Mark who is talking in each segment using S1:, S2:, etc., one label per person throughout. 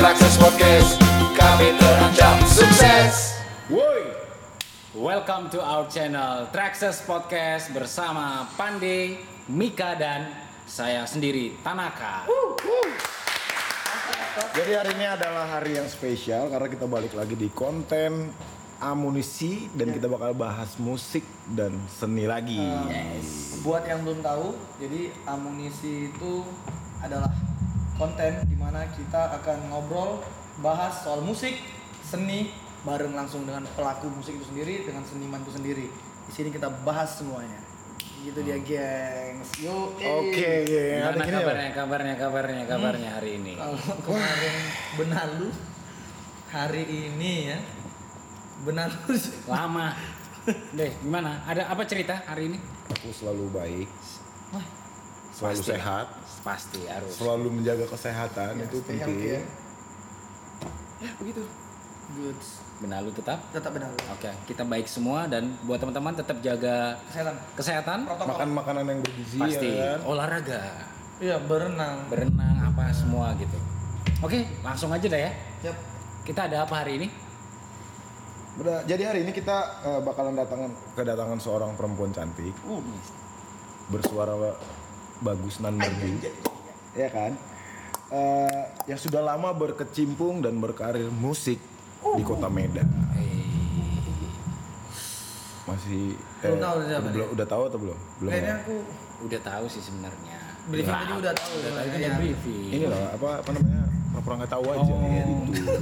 S1: Traxxas Podcast Kami terancam sukses
S2: Woi. Welcome to our channel Traxxas Podcast bersama Pande, Mika dan saya sendiri Tanaka.
S3: Jadi hari ini adalah hari yang spesial karena kita balik lagi di konten amunisi dan kita bakal bahas musik dan seni lagi.
S4: Buat yang belum tahu, jadi amunisi itu adalah konten di mana kita akan ngobrol bahas soal musik, seni bareng langsung dengan pelaku musik itu sendiri dengan seniman itu sendiri. Di sini kita bahas semuanya. Gitu dia, gengs. Yo. eh.
S3: Hmm. Oke, ada
S2: Gimana
S3: gini ya.
S2: kabarnya, kabarnya, kabarnya, kabarnya hari ini?
S4: Kalau kemarin benalu hari ini ya. Benalu
S2: Lama. Deh, gimana? Ada apa cerita hari ini?
S3: Aku selalu baik, selalu
S2: Pasti.
S3: sehat,
S2: Pasti harus.
S3: selalu menjaga kesehatan itu penting.
S4: stay healthy ya.
S2: Begitu.
S4: good.
S2: Benalu tetap.
S4: Tetap benalu.
S2: Oke, kita baik semua dan buat teman-teman tetap jaga
S4: Kesehatan.
S2: kesehatan
S4: Protokol.
S3: Makan makanan yang bergizi
S2: pasti
S3: ya kan.
S2: olahraga
S4: Iya, berenang.
S2: berenang apa semua gitu oke langsung aja deh ya
S4: Yap.
S2: kita ada apa hari ini
S3: Beda- Jadi hari ini kita eh, bakalan datangan kedatangan seorang perempuan cantik, bersuara ba- bagus nan merdu. Ya kan? Eh, yang sudah lama berkecimpung dan berkarir musik di Kota Medan.
S2: Eh,
S3: Masih eh,
S4: Belum tahu udah siapa
S3: belum- udah tahu atau belum? Belum.
S4: Kayaknya
S3: ya?
S4: aku
S2: udah tahu sih sebenarnya
S4: briefing tadi udah tahu.
S2: udah tahu
S4: ya,
S2: kan
S4: ya.
S2: udah briefing
S3: Ini loh apa apa namanya? Pura-pura nggak tahu aja
S4: Oh.
S3: gitu.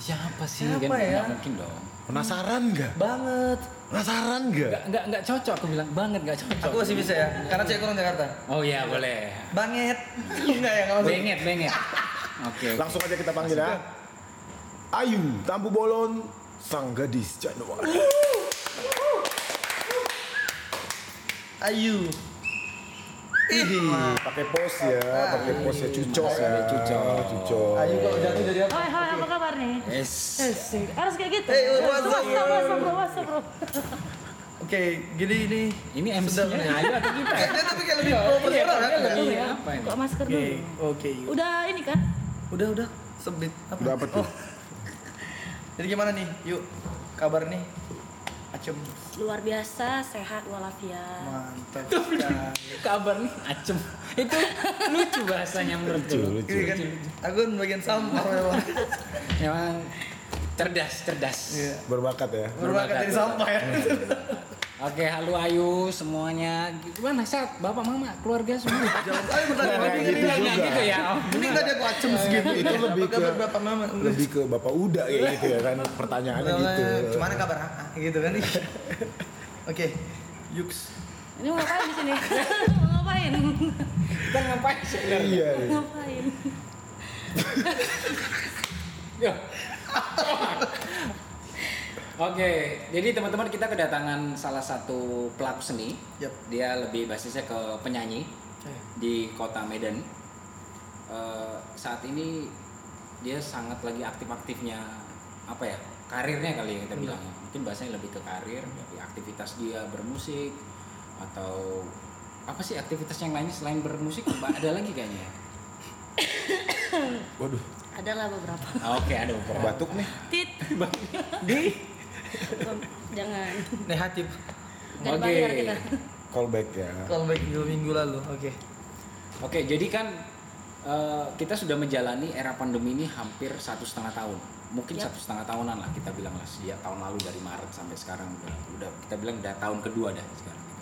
S2: siapa sih kan
S4: Siapa
S2: nggak
S4: ya?
S2: mungkin dong
S3: Penasaran nggak?
S4: banget.
S3: Penasaran nggak?
S2: nggak nggak nggak cocok aku bilang banget nggak cocok
S4: Aku masih bisa ya, karena cewek orang Jakarta.
S2: oh ya boleh
S4: Banget. Enggak ya, kalau
S2: benget benget oke oke.
S3: Langsung aja kita panggil ya. Ayu Tampu Bolon Sang Gadis Januari.
S4: Ayu.
S3: Ih, pakai pos ya, pakai pos ya cucok
S2: Masih
S3: ya.
S2: ada cucok.
S3: cucok.
S4: Ayu kalau jatuh jadi apa?
S5: Hai, hai, apa kabar nih?
S2: yes
S5: Asik. Harus kayak gitu.
S4: Eh,
S5: Harus
S4: what's up,
S5: dewasa,
S4: bro?
S5: dewasa, bro, dewasa, bro.
S4: Oke, jadi ini
S2: ini MC nya
S4: Sedang-
S2: ayo atau kita
S4: Eh, dia tapi kayak lebih profesional kan?
S2: iya apa ini
S5: ya. Buka masker
S4: Oke,
S5: dulu.
S4: oke.
S5: Udah ini kan?
S4: Udah, udah. Sebit. Apa?
S3: Udah apa tuh?
S4: Jadi gimana nih? Yuk, kabar nih. Acem.
S5: Luar biasa, sehat walafiat.
S4: Mantap. Iya kan? sekali.
S2: kabar nih acem itu lucu bahasanya menurut
S3: Lucu,
S2: gue.
S3: lucu.
S4: Ini kan aku kan bagian sampah memang.
S2: Memang cerdas, cerdas.
S4: Iya.
S3: Berbakat ya.
S4: Berbakat dari sampah ya.
S2: Oke, halo Ayu semuanya. Gimana sehat? Bapak, Mama, keluarga semua.
S4: Jangan ayo bentar.
S3: Nggak
S4: Ini
S3: gitu
S2: Nggak
S3: juga.
S2: gitu ya. Oh,
S4: Mending tadi aku acem segitu.
S3: Itu lebih
S4: Apa kabar
S3: ke-
S4: Bapak Mama?
S3: Lebih ke Bapak Uda kayak gitu ya kan pertanyaannya gitu.
S4: Gimana kabar? Ah, gitu kan. Oke. Yuks.
S5: Ini mau ngapain di sini? Mau ngapain?
S2: Kita ngapain sih?
S3: Iya.
S5: Mau ngapain?
S2: Yo. Oke, jadi teman-teman kita kedatangan salah satu pelaku seni.
S4: Yap.
S2: Dia lebih basisnya ke penyanyi
S4: Eh.
S2: di kota Medan. Eh, saat ini dia sangat lagi aktif-aktifnya apa ya karirnya kali ya kita bilang ya. mungkin bahasanya lebih ke karir tapi aktivitas dia bermusik atau apa sih aktivitas yang lainnya selain bermusik ada lagi kayaknya ya?
S3: Waduh,
S5: Adalah beberapa.
S2: oke ada beberapa
S3: batuk nih.
S5: Tit.
S4: Di
S5: Bukan, Jangan.
S4: negatif.
S5: Gak
S2: Oke.
S5: dibayar kita.
S3: Callback ya.
S4: Kalau baik dua minggu lalu. Oke.
S2: Oke, jadi kan eh, kita sudah menjalani era pandemi ini hampir satu setengah tahun, mungkin
S5: Yap.
S2: satu setengah tahunan lah kita bilang lah sejak tahun lalu dari Maret sampai sekarang udah, udah kita bilang udah tahun kedua dah sekarang. gitu.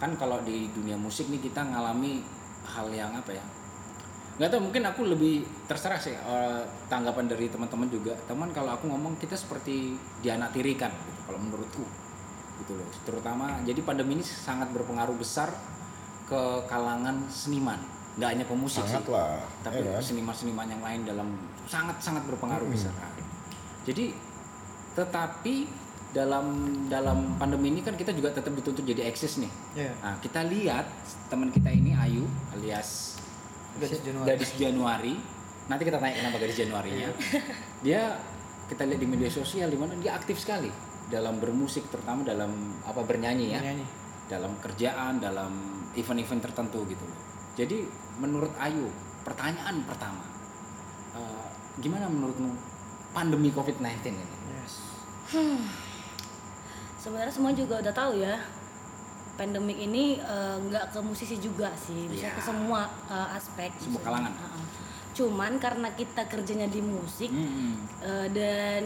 S2: Kan kalau di dunia musik nih kita ngalami hal yang apa ya? Nggak tahu mungkin aku lebih terserah sih eh, tanggapan dari teman-teman juga. Teman kalau aku ngomong kita seperti dianaktirikan gitu, kalau menurutku gitu loh. Terutama jadi pandemi ini sangat berpengaruh besar ke kalangan seniman, nggak hanya pemusik
S3: Sangat
S2: sih,
S3: lah.
S2: tapi
S3: ya kan? Hmm.
S2: seniman-seniman yang lain dalam sangat-sangat berpengaruh besar. Jadi tetapi dalam dalam pandemi ini kan kita juga tetap dituntut jadi eksis nih.
S4: Iya.
S2: Nah, kita lihat teman kita ini Ayu alias
S4: Gadis Januari.
S2: Gadis Januari. Iya. Nanti kita tanya kenapa Gadis Januarinya. dia kita lihat di media sosial di mana dia aktif sekali dalam bermusik terutama dalam apa bernyanyi ya.
S4: Bernyanyi.
S2: Dalam kerjaan, dalam event-event tertentu gitu loh. Jadi menurut Ayu, pertanyaan pertama eh, gimana menurutmu pandemi COVID-19 ini?
S5: Sebenarnya semua juga udah tahu ya. Pandemik ini eh, nggak ke musisi juga sih, bisa
S2: Iya.
S5: ke semua eh, aspek.
S2: Semua kalangan.
S5: Heeh. Cuman karena kita kerjanya di musik,
S2: Hmm.
S5: Eh, dan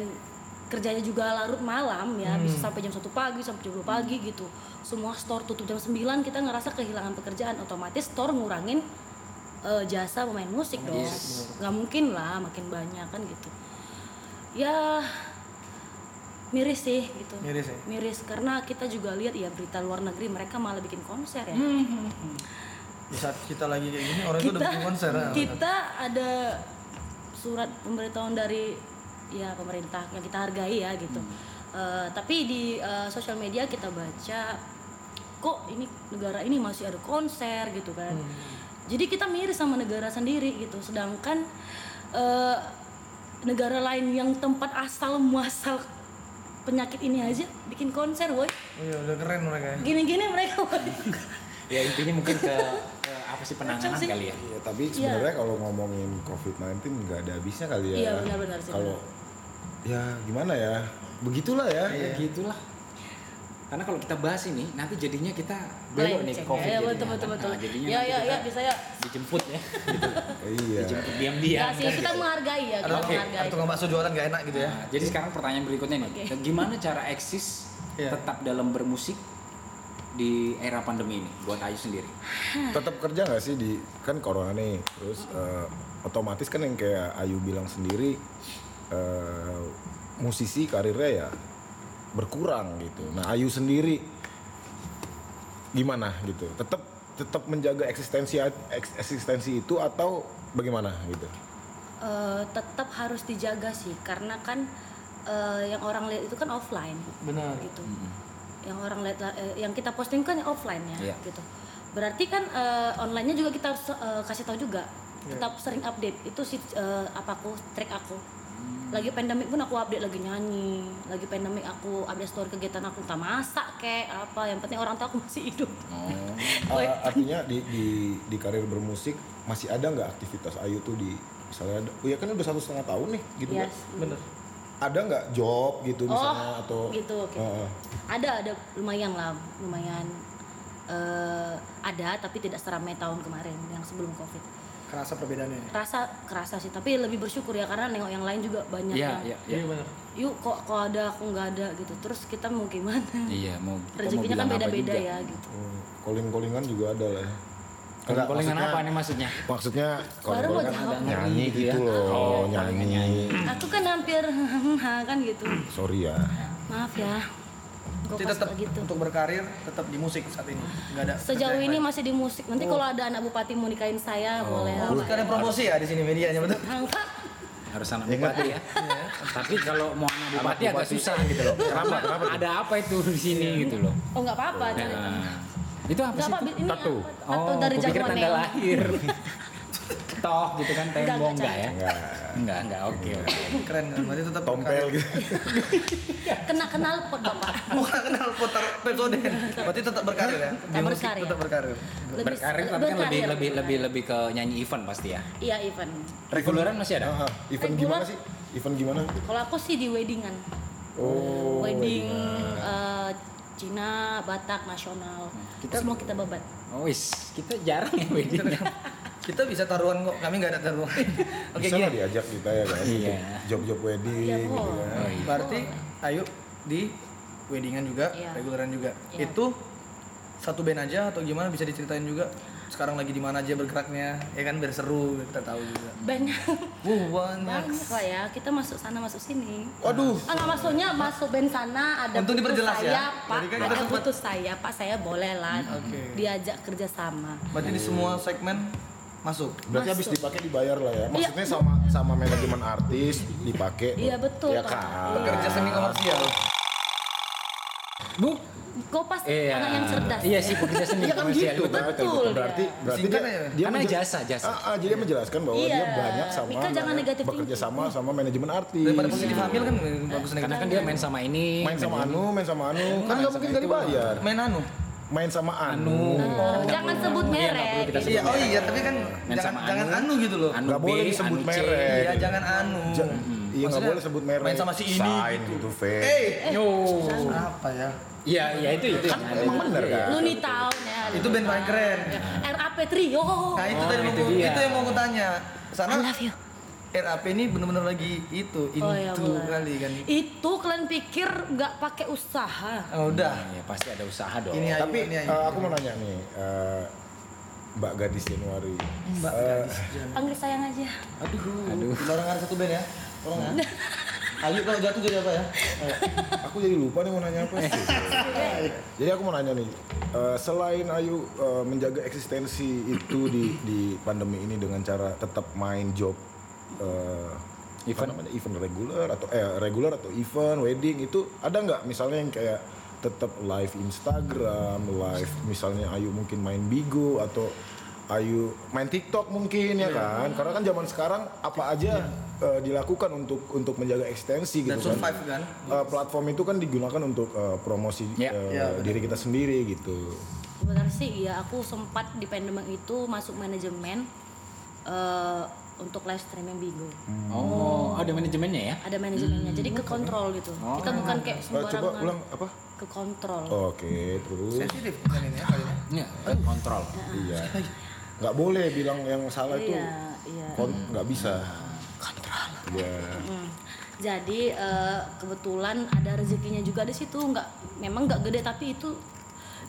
S5: kerjanya juga larut malam ya bisa sampai jam 1 pagi sampai jam 2 pagi gitu semua store tutup jam 9 kita ngerasa kehilangan pekerjaan otomatis store ngurangin eh, jasa pemain musik dong
S2: Yes.
S5: nggak mungkin lah makin banyak kan gitu ya miris sih gitu
S4: Miris ya?
S5: miris karena kita juga lihat ya berita luar negeri mereka malah bikin konser ya
S4: Di saat kita lagi kayak gini orang itu udah bikin konser. ya.
S5: kita ada surat pemberitahuan dari ya pemerintah yang kita hargai ya gitu
S4: Hmm.
S5: Eh, tapi di eh, sosial media kita baca kok ini negara ini masih ada konser gitu kan
S4: Hmm.
S5: jadi kita miris sama negara sendiri gitu sedangkan eh, negara lain yang tempat asal muasal penyakit ini aja bikin konser woi
S4: Iya udah keren mereka ya.
S5: gini-gini mereka woi
S2: Ya intinya mungkin ke, ke apa sih penanganan
S5: Macam sih.
S2: kali ya?
S3: Iya, tapi sebenarnya kalau ngomongin COVID-19 nggak ada habisnya kali ya.
S5: Iya, benar-benar sih.
S3: Kalau ya gimana ya? Begitulah ya.
S2: Ya
S5: Iya.
S2: gitulah. Karena kalau kita bahas ini nanti jadinya kita belok nih
S5: Melenceng.
S2: COVID
S5: ya,
S2: jadinya.
S5: betul betul
S2: Nah,
S5: betul
S2: jadinya
S5: ya
S2: nanti
S5: ya ya
S2: kita
S5: bisa ya
S2: dijemput ya.
S3: Iya.
S2: Dijemput
S5: Ya
S2: diam-diam.
S5: sih, kita menghargai ya,
S4: Ada okay.
S5: kita
S4: ada
S5: menghargai.
S4: tukang bakso jualan gak enak gitu ya.
S2: Nah, jadi sekarang pertanyaan berikutnya nih,
S5: Oke.
S2: gimana cara eksis
S4: Iya.
S2: tetap dalam bermusik di era pandemi ini buat Ayu sendiri?
S3: Tetap kerja nggak sih di kan corona nih. Terus eh, otomatis kan yang kayak Ayu bilang sendiri eh, musisi karirnya ya berkurang gitu. Nah, Ayu sendiri gimana gitu? Tetap tetap menjaga eksistensi eks- eksistensi itu atau bagaimana gitu?
S5: Eh, tetap harus dijaga sih, karena kan eh, yang orang lihat itu kan offline
S4: Benar.
S5: gitu.
S2: Hmm.
S5: Yang orang lihat, eh, yang kita posting kan offline ya,
S2: Iya.
S5: gitu. Berarti kan eh, online-nya juga kita harus eh, kasih tahu juga. Tetap sering update. Itu sih eh, apa aku, track aku.
S2: Hmm.
S5: Lagi pandemik pun aku update lagi nyanyi. Lagi pandemik aku update story kegiatan aku, entah masak kayak apa. Yang penting orang tahu aku masih hidup.
S3: A- Eh, artinya di, di di karir bermusik masih ada nggak aktivitas Ayu tuh di misalnya ada, oh ya kan udah satu setengah tahun nih gitu kan
S5: Yes.
S4: Benar.
S3: ada nggak job gitu misalnya
S5: Oh,
S3: atau
S5: gitu, oke.
S3: Heeh.
S5: ada ada lumayan lah lumayan eh, ada tapi tidak seramai tahun kemarin yang sebelum covid
S4: Kerasa perbedaannya.
S5: kerasa kerasa sih tapi lebih bersyukur ya karena nengok yang lain juga banyak
S2: Iya,
S5: yang
S2: iya, iya.
S4: Iya benar.
S5: yuk kok kok ada aku nggak ada gitu terus kita mau gimana
S2: Iya, mau kita mau
S5: rezekinya kan
S2: bilang apa
S5: beda-beda
S2: juga.
S5: ya gitu
S3: Hmm, calling-callingan juga ada lah ya Nggak,
S2: Calling-callingan
S3: maksudnya-
S2: apa nih maksudnya?
S3: maksudnya
S5: baru mau
S3: calling-callingan
S5: jawab
S3: nyanyi
S2: Gitu ya.
S3: gitu loh
S2: Oh,
S3: nyanyi.
S5: aku kan hampir kan gitu
S3: sorry ya
S5: maaf ya Gua
S4: Jadi
S5: pas
S4: tetap
S5: gitu
S4: untuk berkarir tetap di musik saat ini. Enggak ada.
S5: sejauh ini
S4: mas.
S5: masih di musik nanti kalau ada anak bupati mau nikahin saya
S2: Oh.
S5: boleh lah Pak.
S4: Sekalian promosi ya di sini medianya betul.
S5: Hang, Pak.
S2: harus anak bupati ya. Tapi kalau mau anak bupati agak susah gitu loh. Kenapa? Ada apa itu di sini gitu loh.
S5: oh nggak apa-apa cari
S2: Nah, itu apa
S5: Enggak
S2: sih?
S5: Pak,
S2: itu?
S5: ini
S3: Tato.
S5: apa? Tato dari
S2: gua pikir
S5: jagoan
S2: tanda
S5: neon.
S2: lahir. Toh gitu kan tembok
S5: Enggak,
S2: enggak ya?
S3: nggak
S2: Enggak, enggak oke. oke.
S4: Keren kan. Berarti tetap
S3: tompel gitu
S5: Kena kenal pot Bapak.
S4: Bukan kenal putar episode. Berarti tetap berkarir ya. Di
S5: Tetap
S4: musik
S5: berkarya.
S4: tetap berkarir.
S2: Berkarir tapi kan lebih lebih lebih lebih ke nyanyi event pasti ya.
S5: Iya, event.
S2: Reguleran masih ada?
S3: Heeh. event
S5: Regular.
S3: gimana sih event gimana
S5: Kalau aku sih di weddingan.
S3: oh
S5: Wedding eh, Cina, Batak, nasional.
S2: iya. Kita-
S5: Semua kita babat.
S2: Oh, wis, kita jarang ya wedding.
S4: Kita bisa taruhan kok. Kami nggak ada taruhan. Oke
S3: bisa
S4: gini.
S3: nggak diajak kita ya kan
S2: Iya.
S3: job-job wedding
S5: Iya,
S3: gitu
S5: boleh.
S3: ya
S2: Oh, iya.
S4: Berarti ayo di weddingan juga,
S5: Iya.
S4: reguleran juga.
S5: Iya.
S4: Itu satu band aja atau gimana bisa diceritain juga? Sekarang lagi di mana aja bergeraknya? Ya kan biar seru kita tahu juga.
S5: Banyak
S4: Wuh, banyak.
S5: banyak lah ya. Kita masuk sana masuk sini.
S3: waduh
S5: Ah, nggak maksudnya masuk band sana ada
S4: Untuk
S5: butuh
S4: diperjelas ya.
S5: saya, Pak.
S4: Jadi kan kita
S5: ada
S4: sempat-
S5: butuh saya, Pak. Saya boleh lah
S2: Hmm,
S4: Oke.
S5: diajak kerja sama.
S4: Berarti ini semua segmen masuk.
S3: Berarti
S5: Masuk.
S3: habis dipakai dibayar lah ya. Maksudnya sama sama manajemen artis dipakai.
S5: Iya, betul,
S3: Ya
S5: Pak. Iya,
S3: kan.
S4: Kerja semi
S2: Iya.
S4: komersial.
S2: Bu,
S5: Kau pas
S2: iya.
S5: anak yang cerdas.
S2: Iya
S5: ya.
S2: sih, bekerja seni
S3: Iya kan
S2: komersial.
S3: gitu.
S2: Betul.
S3: kan?
S5: betul,
S3: Berarti
S5: ya.
S3: berarti dia,
S4: Singkatnya ya.
S3: dia
S2: Karena
S3: menje-
S2: jasa, jasa.
S3: Ah, ah, jadi dia menjelaskan bahwa dia
S5: Iya.
S3: banyak sama
S5: Mika jangan
S3: namanya
S5: negatif
S3: bekerja
S5: thinking.
S3: sama sama manajemen artis.
S4: Daripada positif hamil kan bagus
S2: Eh, Karena
S4: negatif.
S2: kan dia main sama ini,
S3: main sama Anu, main sama Anu, kan nggak mungkin gak dibayar.
S4: Main anu.
S3: main sama Anu.
S5: Eh, jangan sebut
S2: Iya, nggak perlu
S5: merek.
S2: kita sebut
S4: Iya, oh
S2: merek.
S4: iya, tapi kan
S2: Anu. Main
S4: jangan
S2: sama
S4: jangan anu gitu loh.
S2: Anu
S3: Nggak
S2: B,
S3: boleh
S2: Anu
S3: disebut
S2: C.
S3: merek.
S4: Iya, jangan anu.
S3: Ja- Iya nggak
S4: Maksudnya,
S3: boleh sebut merek.
S4: main sama si ini
S3: Sain gitu, Fe.
S4: Eh,
S2: Yo.
S4: apa ya?
S2: Iya, iya itu itu.
S3: Kan emang bener kan?
S5: Luni Town ya.
S4: Itu band paling keren.
S5: RAP Trio.
S4: Nah, itu
S2: Oh,
S4: tadi mau
S2: itu
S4: gua-
S2: dia.
S4: itu yang mau gue tanya. Sana
S5: I love you.
S4: RAP ini bener-bener lagi itu, itu
S5: Oh, iya, boleh.
S4: kali kan.
S5: Itu kalian pikir nggak pakai usaha?
S4: Oh, udah.
S2: Ya pasti ada usaha dong.
S4: Ini aja,
S3: Tapi
S4: ini aja.
S3: eh, aku mau nanya nih, eh, Mbak Gadis Januari.
S4: Mbak Gadis Jan.
S5: Panggil sayang aja.
S4: Aduh, tolong ada satu band ya. Tolong ya. Ayu kalau jatuh jadi apa ya? Ayo.
S3: Aku jadi lupa nih mau nanya apa sih. jadi aku mau nanya nih, eh, selain Ayu eh, menjaga eksistensi itu di di pandemi ini dengan cara tetap main job eh, apa
S2: Event.
S3: namanya event reguler atau eh reguler atau event wedding itu ada nggak misalnya yang kayak tetap live Instagram, live misalnya Ayu mungkin main Bigo atau Ayu main TikTok mungkin
S4: Iya.
S3: ya kan? Karena kan zaman sekarang apa aja eh, dilakukan untuk untuk menjaga eksistensi gitu
S4: Dan
S3: kan.
S4: survive kan.
S3: Uh, platform itu kan digunakan untuk uh, promosi
S2: Ya.
S3: uh,
S4: Ya, benar.
S3: diri kita sendiri gitu.
S5: Sebenarnya sih ya aku sempat di pandemic itu masuk manajemen eh, untuk live streaming Bigo.
S2: Oh, ada manajemennya ya?
S5: Ada manajemennya. Jadi ke kontrol gitu. Kita bukan kayak
S3: Uh, coba ulang
S5: sembarangan
S3: apa?
S5: ke kontrol.
S3: Oke, terus
S4: Sensitif kan ini ya kali ini.
S2: Iya, kontrol.
S3: iya. Nggak boleh bilang yang salah Oh, itu
S5: Iya, iya.
S3: kon- nggak bisa.
S5: Kontrol.
S3: Iya.
S5: Hmm. Jadi eh, kebetulan ada rezekinya juga di situ nggak memang nggak gede tapi itu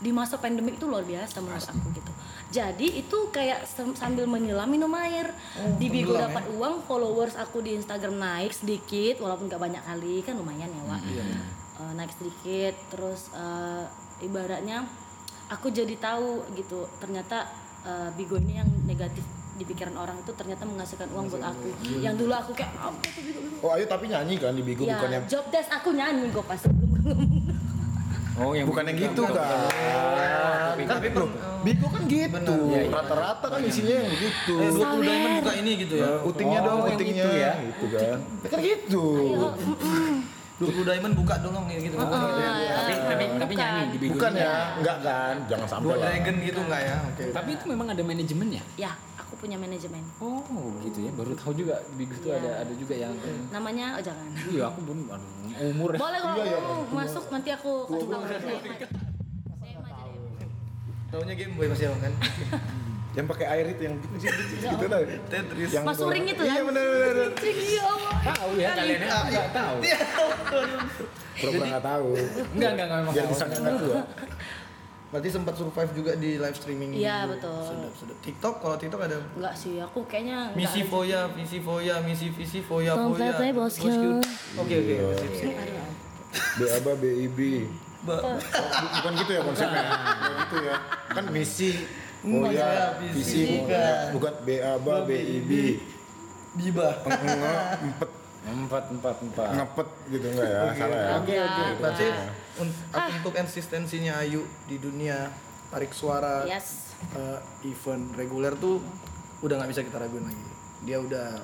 S5: di masa pandemik itu luar biasa menurut aku gitu. Jadi itu kayak sem- sambil menyelam minum air. di Bigo
S4: menyelam
S5: dapat uang, followers aku di Instagram naik sedikit walaupun nggak banyak kali kan lumayan ya, Wak. Eh, naik sedikit terus eh, ibaratnya aku jadi tahu gitu ternyata eh, Bigo ini yang negatif di pikiran orang itu ternyata menghasilkan uang buat aku. Yang dulu aku kayak "Ah, apa tuh Bigo, Bigo?"
S3: Oh, Ayu tapi nyanyi kan di Bigo
S5: Iya,
S3: bukan yang
S5: job desk aku nyanyi gue pas sebelum gua ngomong.
S2: Oh, yang
S3: bukan yang gitu kan.
S4: Tapi belum.
S3: Bigo kan gitu.
S4: Benar, iya, iya.
S3: Rata-rata kan isinya yang begitu.
S4: Eh, 20
S5: Sawer.
S4: diamond buka ini gitu ya.
S3: Uh, utingnya
S2: Oh,
S3: dong,
S2: yang
S3: utingnya
S2: itu ya.
S3: gitu kan. Kan gitu.
S5: Ayo, mm-mm.
S4: 20 diamond buka dong ya
S5: Oh,
S4: gitu.
S5: iya.
S2: Tapi tapi, tapi nyanyi di Bigo
S3: Bukan
S2: ini.
S3: ya, enggak kan? Jangan sampai
S4: Dua
S3: lah.
S4: dragon gitu enggak ya? Oke.
S2: Tapi itu memang ada manajemennya.
S5: ya aku punya manajemen
S2: Oh, gitu ya. Baru tahu juga di Bigo itu
S5: Iya.
S2: ada ada juga yang
S5: namanya oh jangan
S2: Iya, aku belum aduh, umur ya.
S5: boleh kalau
S3: Iya, iya.
S5: mau masuk nanti aku kasih tahu Nema aja deh.
S4: Taunya game boy masih dong kan.
S3: Yang pakai air itu yang gitu gitu lah.
S4: Tetris.
S3: Yang
S5: Mas Suring itu kan
S3: Iya benar benar. benar.
S5: Cing, ya Allah.
S2: Tahu ya kalian ya? Enggak tahu.
S3: Pura-pura nggak tahu.
S2: Enggak, enggak enggak
S3: Biar
S2: memang.
S3: disangka nggak ya. tua.
S4: Berarti sempat survive juga di live streaming
S5: Iya,
S4: gitu.
S5: betul.
S4: Sedap, sedap. TikTok kalau TikTok ada
S5: Enggak sih aku kayaknya enggak
S4: Misi
S5: ada.
S4: Foya, Misi Foya, Misi Visi Foya,
S5: Don't
S4: Foya.
S5: play, play, bosku.
S4: Oke, oke. sip, sip.
S3: B apa BIB.
S4: Ba-
S3: Bukan gitu ya konsepnya. Bukan gitu ya. Kan misi. Oh
S4: Iya,
S3: ya, misi.
S4: misi.
S3: Bukan- Bukan B apa BIB.
S4: Biba.
S3: Ngepet,
S2: Empat, empat, empat.
S3: ngepet gitu enggak ya? Salah ya.
S4: Oke, oke. Berarti un-
S2: Ah.
S4: untuk konsistensinya Ayu di dunia tarik suara
S5: yes
S4: eh, event reguler tuh udah nggak bisa kita raguin lagi. Dia udah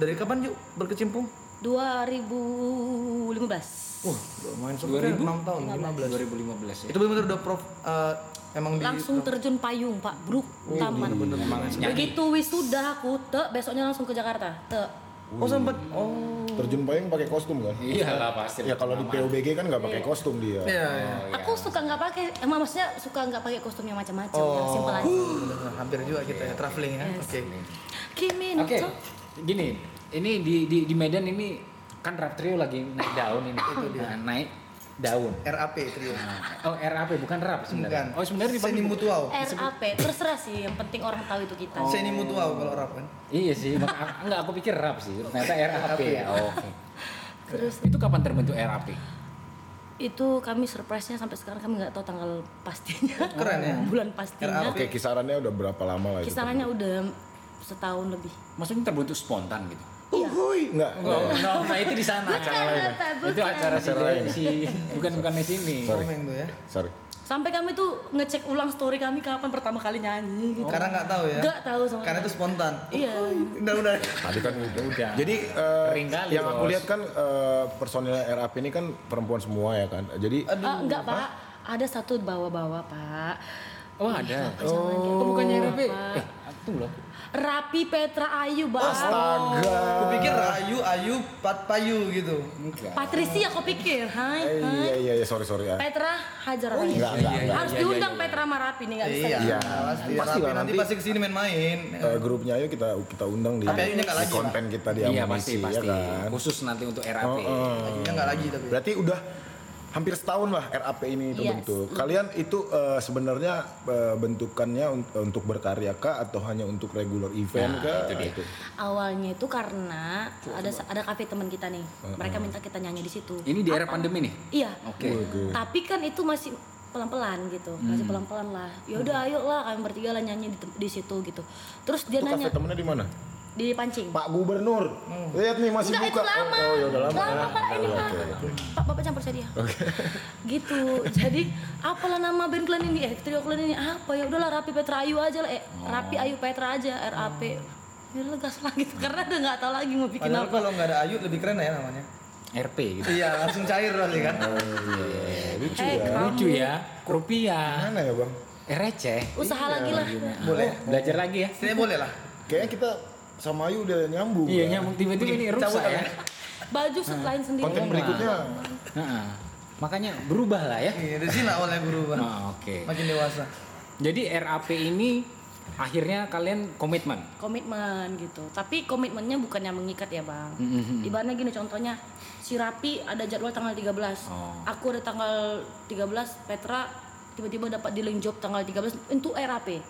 S4: dari kapan yuk berkecimpung?
S3: Oh,
S5: 2015
S4: Wah, udah main sebenarnya 6 tahun, 15.
S2: 2015 ya.
S4: Itu benar-benar udah prof eh, emang
S3: iya.
S4: di
S5: langsung terjun payung Pak Bruk
S3: Oh,
S5: Taman begitu wisuda aku te besoknya langsung ke Jakarta te
S4: Oh, sempat. Oh.
S3: Terjun payung pakai kostum kan?
S2: Iyalah pasti.
S3: Ya kalau di POBG kan nggak pakai kostum dia.
S4: Iya, iya.
S5: aku suka nggak pakai emang maksudnya suka nggak pakai kostum yang macam-macam yang simpel aja
S4: Bener-bener, Hampir juga kita
S2: Iya.
S4: ya traveling ya. Oke.
S5: Kimi no
S2: Oke,
S5: Tsu.
S2: gini, ini di, di di Medan ini kan rap trio lagi naik daun ini, Nah, naik daun.
S4: RAP trio.
S2: Oh RAP bukan rap sebenarnya. Oh
S4: Bukan.
S2: sebenarnya
S4: Kan. Seni
S2: dipanggil
S4: mutual.
S5: RAP terserah sih yang penting orang tahu itu kita
S4: Seni mutual kalau rap kan.
S2: Iya sih, maka- a- enggak aku pikir rap sih, ternyata RAP. ya. Oh, Oke.
S5: terus
S2: Itu kapan terbentuk RAP?
S5: itu kami surprise-nya sampai sekarang kami nggak tahu tanggal pastinya
S4: Keren ya.
S5: bulan pastinya
S3: Oke, kisarannya udah berapa lama lah itu?
S5: kisarannya udah setahun lebih
S2: Maksudnya terbentuk spontan gitu.
S3: Uhuy, enggak.
S2: Enggak, enggak, enggak, itu di sana.
S5: Bukan, Bapak,
S2: Itu
S5: bukan.
S2: acara si, si bukan bukan di sini.
S4: Komeng tuh ya.
S3: Sorry.
S5: sampai kami tuh ngecek ulang story kami kapan pertama kali nyanyi gitu
S4: Karena nggak tahu ya.
S5: nggak tahu sama
S4: Karena itu spontan.
S5: iya
S4: Udah udah.
S3: Tadi kan
S2: Ya Udah.
S3: Jadi eh,
S2: Kering kali,
S3: yang aku
S2: Bos.
S3: lihat kan eh, personil RAP ini kan perempuan semua ya kan. Jadi
S5: Ah, nggak pak ada satu bawa-bawa pak
S2: Oh ada.
S5: Pak, jangan kayak gitu,
S2: bukannya Rapi?
S5: Pak.
S2: Eh, tunggu loh.
S5: Rapi Petra Ayu bang
S3: Astaga.
S4: Kupikir
S5: Ah.
S4: Rayu, Ayu, Pat Payu gitu.
S5: Patricia kau pikir hai
S3: Eh,
S5: hai
S3: iya iya iya sorry sorry ya.
S5: Petra Hajar
S3: Oh,
S5: Ayu.
S3: enggak, enggak, enggak.
S5: harus
S2: Iya, iya,
S5: diundang
S2: iya, iya.
S5: Petra Marapi nih nggak bisa
S4: Iya,
S3: Iya.
S4: pasti.
S3: Pasti lah
S4: Rapi nanti
S3: nanti.
S4: pasti kesini main-main.
S3: Eh, grupnya ayo kita kita undang di,
S4: Tapi Ayunya nggak
S3: di
S4: lagi, Pak.
S3: konten kita di
S2: Iya
S3: Amunisi,
S2: pasti pasti.
S3: ya kan.
S2: Khusus nanti untuk RAP.
S3: Oh, oh.
S4: Ayunya nggak lagi tapi.
S3: Berarti udah hampir setahun lah RAP ini
S5: Iya.
S3: terbentuk. Kalian itu eh, sebenarnya eh, bentukannya un- untuk berkarya kah atau hanya untuk regular event kah?
S2: Nah, itu dia.
S5: awalnya itu karena ada ada kafe teman kita nih mereka minta kita nyanyi di situ
S2: Ini di era pandemi nih.
S5: Iya.
S2: Oke.
S5: Tapi kan itu masih pelan-pelan gitu,
S3: Hmm.
S5: masih pelan-pelan lah. Ya udah ayo lah kami bertiga lah nyanyi di, tem- di situ gitu. Terus dia
S3: Itu kafe
S5: nanya
S3: temennya di mana?
S5: di pancing.
S3: Pak Gubernur.
S4: Hmm.
S3: Lihat nih masih
S5: Enggak Ah, itu
S3: buka.
S5: lama.
S3: Oh, ya udah lama. ya.
S5: Pak ini Pak. Pak Bapak campur saya dia. Gitu. Jadi apalah nama band kalian ini? Eh, trio kalian ini apa? Ya udahlah Rapi Petra Ayu aja lah. Eh,
S3: Oh.
S5: Rapi Ayu Petra aja, RAP. Ya udah, gas lah gitu karena udah nggak tahu lagi mau bikin
S4: Padahal
S5: apa.
S4: kalau nggak ada Ayu lebih keren ya namanya.
S2: RP gitu.
S4: Iya, langsung cair pasti kan.
S3: Oh. Lucu
S5: Eh,
S3: ya.
S5: kamu.
S2: Lucu ya. Rupiah.
S3: Mana ya bang?
S2: Eh, receh.
S5: Usaha
S3: iya,
S5: lagi lah.
S4: Boleh.
S2: Belajar lagi ya.
S4: Saya boleh lah.
S3: Kayaknya kita sama Ayu udah nyambung.
S2: Iya
S3: kan?
S2: nyambung tiba-tiba ini
S4: Cabut
S2: rusak
S4: aja.
S2: ya.
S5: Baju lain sendiri.
S3: Konten berikutnya
S2: Heeh. Makanya berubah lah ya.
S4: Iya, di sini awalnya berubah.
S2: Nah, Oke.
S4: Makin dewasa.
S2: Jadi RAP ini akhirnya kalian komitmen.
S5: komitmen gitu tapi komitmennya bukan yang mengikat ya bang ibaratnya gini contohnya si Rapi ada jadwal tanggal 13
S2: Oh.
S5: aku ada tanggal 13 Petra tiba-tiba dapat di link job tanggal 13 untuk RAP eh,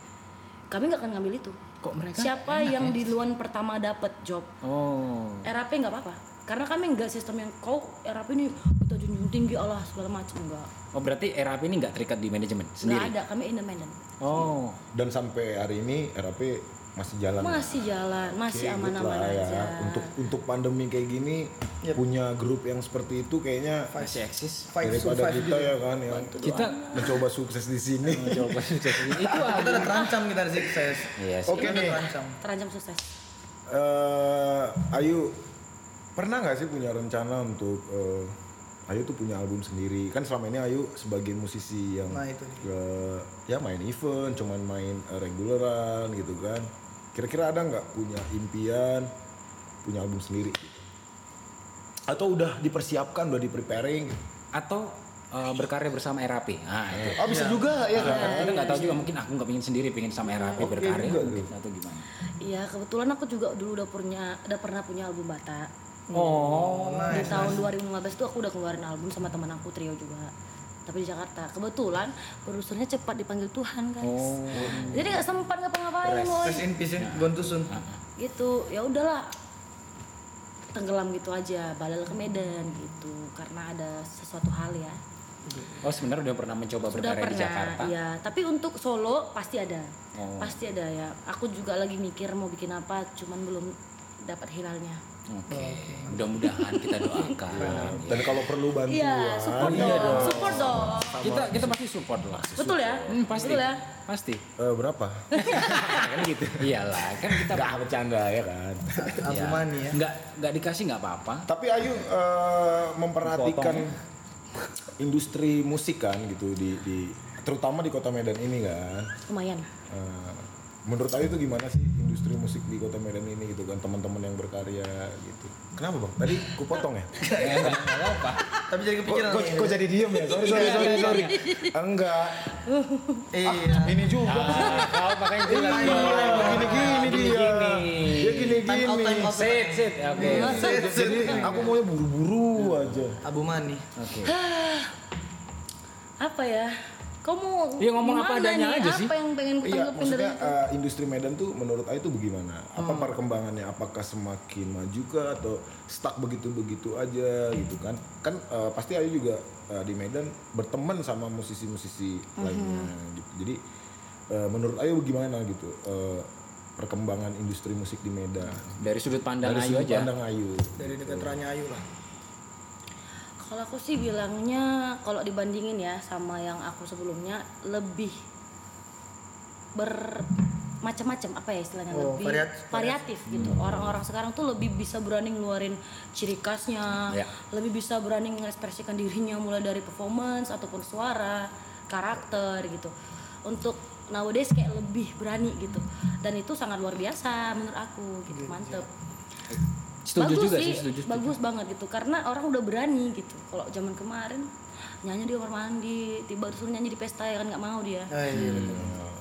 S5: kami nggak akan ngambil itu
S2: Kok mereka
S5: siapa yang di duluan pertama dapat job
S2: Oh.
S5: RAP nggak apa-apa karena kami nggak sistem yang kau RAP ini kita junjung tinggi Allah segala macam nggak
S2: Oh berarti RAP ini nggak terikat di manajemen
S5: nggak
S2: sendiri.
S5: ada kami independen
S2: Oh.
S3: dan sampai hari ini RAP masih jalan.
S5: masih jalan
S3: Oke,
S5: masih
S3: good
S5: Iya, aman-aman
S3: lah ya.
S5: aja
S3: Untuk untuk pandemi kayak gini punya grup yang seperti itu kayaknya
S2: Masih eksis.
S4: Five to
S3: daripada
S4: five
S3: kita ya kan yang
S2: Kita
S3: mencoba sukses di sini.
S4: Iya.
S2: coba sukses ini. Itu
S4: Kita udah terancam kita ada sukses.
S2: Iya sih.
S3: Oke
S4: Kita udah
S3: nih,
S4: terancam.
S5: terancam sukses
S3: eh, Ayu pernah nggak sih punya rencana untuk eh, Ayu tuh punya album sendiri kan selama ini Ayu sebagai musisi yang
S4: Nah, itu dia.
S3: eh, ya main event cuman main eh, reguleran gitu kan kira-kira ada nggak punya impian punya album sendiri atau udah dipersiapkan udah di preparing
S2: Atau eh, berkarya bersama RAP. Nah, itu.
S3: oh bisa juga ya kan
S2: Nah, kita nggak tahu juga mungkin aku nggak pengen sendiri pengen sama RAP berkarya
S3: juga
S2: mungkin atau gimana.
S5: Iya, kebetulan aku juga dulu udah punya udah pernah punya album Bata.
S2: Oh.
S5: Di tahun 2015 tuh aku udah keluarin album sama teman aku trio juga. Tapi di Jakarta. Kebetulan produsernya cepat dipanggil Tuhan, guys. Jadi nggak sempat ngapa-ngapain, woy.
S4: Rest in peace, gone too soon.
S3: Iya.
S5: Gitu. Ya udahlah. Tenggelam gitu aja, balik ke Medan gitu karena ada sesuatu hal ya.
S2: Oh sebenarnya udah pernah mencoba berkarya
S5: Sudah
S2: di
S5: pernah,
S2: Jakarta.
S5: ya. Tapi untuk solo pasti ada.
S2: Oh.
S5: Pasti ada ya. Aku juga lagi mikir mau bikin apa, cuman belum dapat hilalnya.
S2: Oke. Mudah-mudahan kita doakan.
S3: dan kalau perlu bantuan
S5: Iya, support dong. Support dong.
S2: Kita kita pasti support lah.
S5: Betul ya?
S2: Hmm, pasti.
S5: Betul ya?
S2: Pasti.
S3: eh, berapa
S2: kan gitu. Iyalah, kan kita
S3: nggak bercanda ya kan
S4: Album Mani ya.
S2: nggak nggak dikasih nggak apa-apa.
S3: Tapi Ayu eh, memperhatikan
S2: Potong.
S3: industri musik kan gitu di, di terutama di Kota Medan ini kan.
S5: Lumayan.
S3: Eh, menurut Ayu itu gimana sih industri musik di Kota Medan ini gitu kan teman-teman yang berkarya gitu. Kenapa bang? Tadi kupotong ya?
S4: Tapi jadi
S3: Kok,
S4: kepikiran.
S3: kok,
S4: nih.
S3: kok jadi diem ya? Sorry sorry sorry sorry. Enggak.
S4: Iya.
S3: Ini juga.
S2: Kalau pakai gini
S3: Gini-gini dia. Dia
S4: Time out, time
S3: Ah, gini-gini.
S4: out.
S2: Sit, sit. Oke.
S3: Jadi aku Iya. maunya buru-buru aja.
S4: Album Mani.
S2: Oke.
S5: Apa ya? Kamu
S2: Iya, ngomong apa adanya aja sih.
S5: Apa yang pengen ku
S3: Iya,
S5: tanggepin dari
S3: maksudnya
S5: itu? Hmm.
S3: eh, industri Medan tuh menurut Ayu tuh bagaimana? Apa perkembangannya? Apakah semakin maju kah atau stuck begitu-begitu aja gitu kan? Kan eh, pasti Ayu juga eh, di Medan berteman sama musisi-musisi
S5: Hmm.
S3: lainnya gitu. Jadi eh, menurut Ayu bagaimana gitu eh, perkembangan industri musik di Medan?
S2: Dari sudut pandang
S3: Dari
S2: Ayu
S3: sudut
S2: aja.
S3: pandang Ayu.
S4: Dari dekat Ranya Ayu lah.
S5: Kalau aku sih bilangnya kalau dibandingin ya sama yang aku sebelumnya lebih ber macam-macam apa ya istilahnya
S4: Oh,
S5: lebih
S4: variat- Hmm.
S5: variatif gitu. Orang-orang sekarang tuh lebih bisa berani ngeluarin ciri khasnya,
S2: Iya.
S5: lebih bisa berani mengekspresikan dirinya mulai dari performance ataupun suara, karakter gitu. Untuk nowadays kayak lebih berani gitu. Dan itu sangat luar biasa menurut aku
S4: Iya,
S5: gitu. Mantep.
S2: Setuju
S5: bagus
S2: juga sih, setuju, setuju.
S5: bagus banget gitu karena orang udah berani gitu. Kalau zaman kemarin nyanyi di kamar mandi, tiba disuruh nyanyi di pesta ya kan nggak mau dia.
S4: Ah, iya, betul.
S2: Karena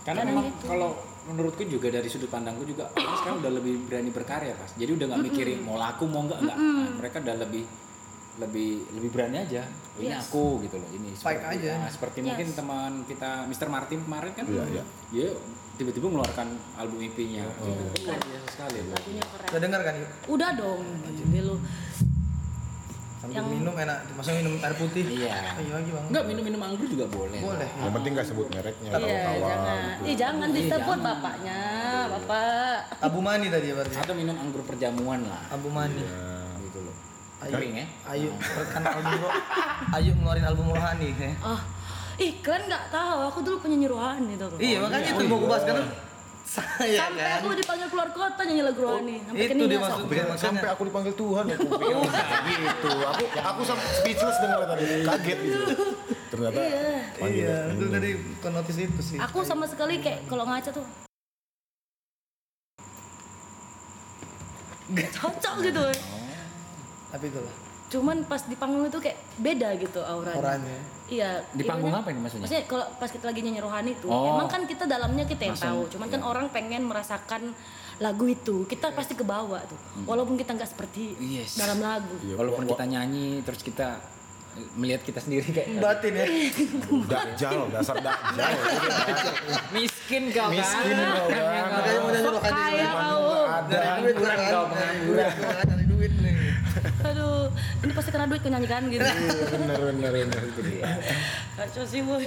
S5: Karena
S2: memang
S5: gitu.
S2: kalau menurutku juga dari sudut pandangku juga orang sekarang udah lebih berani berkarya pas. Jadi udah nggak mikirin mau laku mau nggak nggak. Nah, mereka udah lebih lebih lebih berani aja. Ini
S5: Yes.
S2: aku gitu loh. Ini
S4: Fight aja.
S2: nah, seperti
S5: Yes.
S2: mungkin teman kita Mr. Martin kemarin kan.
S3: Iya, Oh. iya.
S2: Dia tiba-tiba mengeluarkan album EP-nya. Gitu. Luar biasa sekali. loh.
S5: Lagunya keren.
S4: Udah dengar kan yuk?
S5: Udah dong, gitu belu.
S4: Sambil
S5: Yang-
S4: minum enak, masa minum air putih.
S2: Iya.
S4: Ayo lagi bang.
S2: Enggak minum-minum anggur juga boleh.
S4: Boleh.
S3: Yang penting nggak sebut mereknya kalau
S5: Iya,
S3: tawa.
S5: jangan. Ih, jangan disebut bapaknya, Bapak.
S4: Abu mani tadi ya berarti.
S2: Atau minum anggur perjamuan lah.
S4: Abu mani.
S2: Gitu loh.
S4: Ayo,
S2: Kering ya?
S3: Iya,
S4: ayo rekan album Ro- ayo ngeluarin album rohani ya.
S5: Oh, ih kan nggak tahu. Aku dulu penyanyi rohani tuh.
S4: Iya makanya itu mau gue bahas kan. Saya
S5: Sampai
S4: kan.
S5: aku dipanggil keluar kota nyanyi lagu rohani. Sampai
S4: itu
S5: kening
S4: dia
S5: sok.
S4: maksud-
S3: Pikir,
S4: Makanya- Oh.
S3: sampai aku dipanggil Tuhan aku pikir gitu aku aku sampai speechless dengar tadi kaget gitu ternyata panggil
S4: Iya, itu tadi konotis itu sih.
S5: Aku sama sekali kayak kalau ngaca tuh. Nggak cocok gitu.
S4: Tapi itulah
S5: Cuman pas di panggung itu kayak beda gitu auranya.
S4: orangnya.
S5: Iya.
S2: Di panggung apa
S5: ibaratnya-
S2: ini maksudnya?
S5: Maksudnya kalau pas kita lagi nyanyi rohani itu,
S2: Oh. iya.
S5: emang kan kita dalamnya kita yang tahu. Cuman kan orang pengen merasakan lagu itu, kita pasti kebawa tuh. Walaupun kita nggak seperti
S2: Hmm. Yes.
S5: dalam lagu.
S3: Iya, wa-
S2: Walaupun
S3: wa-
S2: kita nyanyi terus kita eh, melihat kita sendiri kayak
S4: Batin ya.
S3: dakjal dasar dakjal
S2: miskin kau kan.
S3: miskin kau kan
S4: Makanya mau nyanyi rohani.
S5: Kaya kau.
S4: Dari
S3: ada
S4: duit kan. Dari duit nih.
S5: Aduh, ini pasti karena duit kenyanyikan gitu. Iya.
S3: bener bener bener
S5: Kacau sih boy.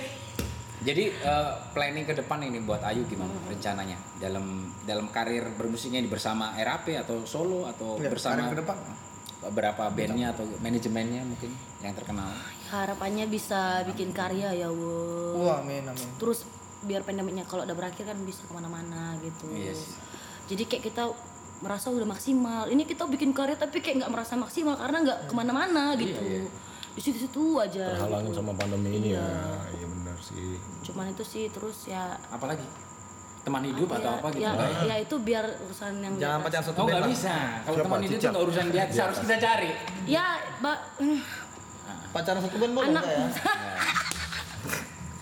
S2: Jadi eh, planning ke depan ini buat Ayu gimana rencananya dalam dalam karir bermusiknya ini bersama RAP atau solo atau
S4: Ya,
S2: bersama
S4: karir ke depan.
S2: berapa bandnya atau manajemennya mungkin yang terkenal.
S5: Harapannya bisa bikin karya ya wo.
S4: Wah, Oh, amin amin.
S5: Terus biar pandemiknya kalau udah berakhir kan bisa kemana-mana gitu.
S4: Iya
S2: Yes.
S5: Jadi kayak kita merasa udah maksimal. Ini kita bikin karya tapi kayak nggak merasa maksimal karena nggak
S4: Iya.
S5: kemana-mana gitu. Di situ-situ aja.
S3: terhalangi
S5: gitu.
S3: sama pandemi ini ya iya bener sih
S5: Cuman itu sih terus ya.
S2: Apalagi teman hidup atau
S5: ya,
S2: apa gitu.
S5: Ya, ya itu biar urusan yang. gitu.
S4: Nah, iya.
S5: di
S4: Jangan
S5: atas.
S4: pacar satu
S2: Oh
S4: band.
S2: nggak
S4: lah.
S2: bisa. Kalau
S3: Siapa?
S2: teman hidup itu
S3: Cicak?
S2: nggak urusan dia harus kita cari.
S5: Ya, mbak.
S4: Pacaran satu band boleh
S5: Anak.
S4: nggak ya?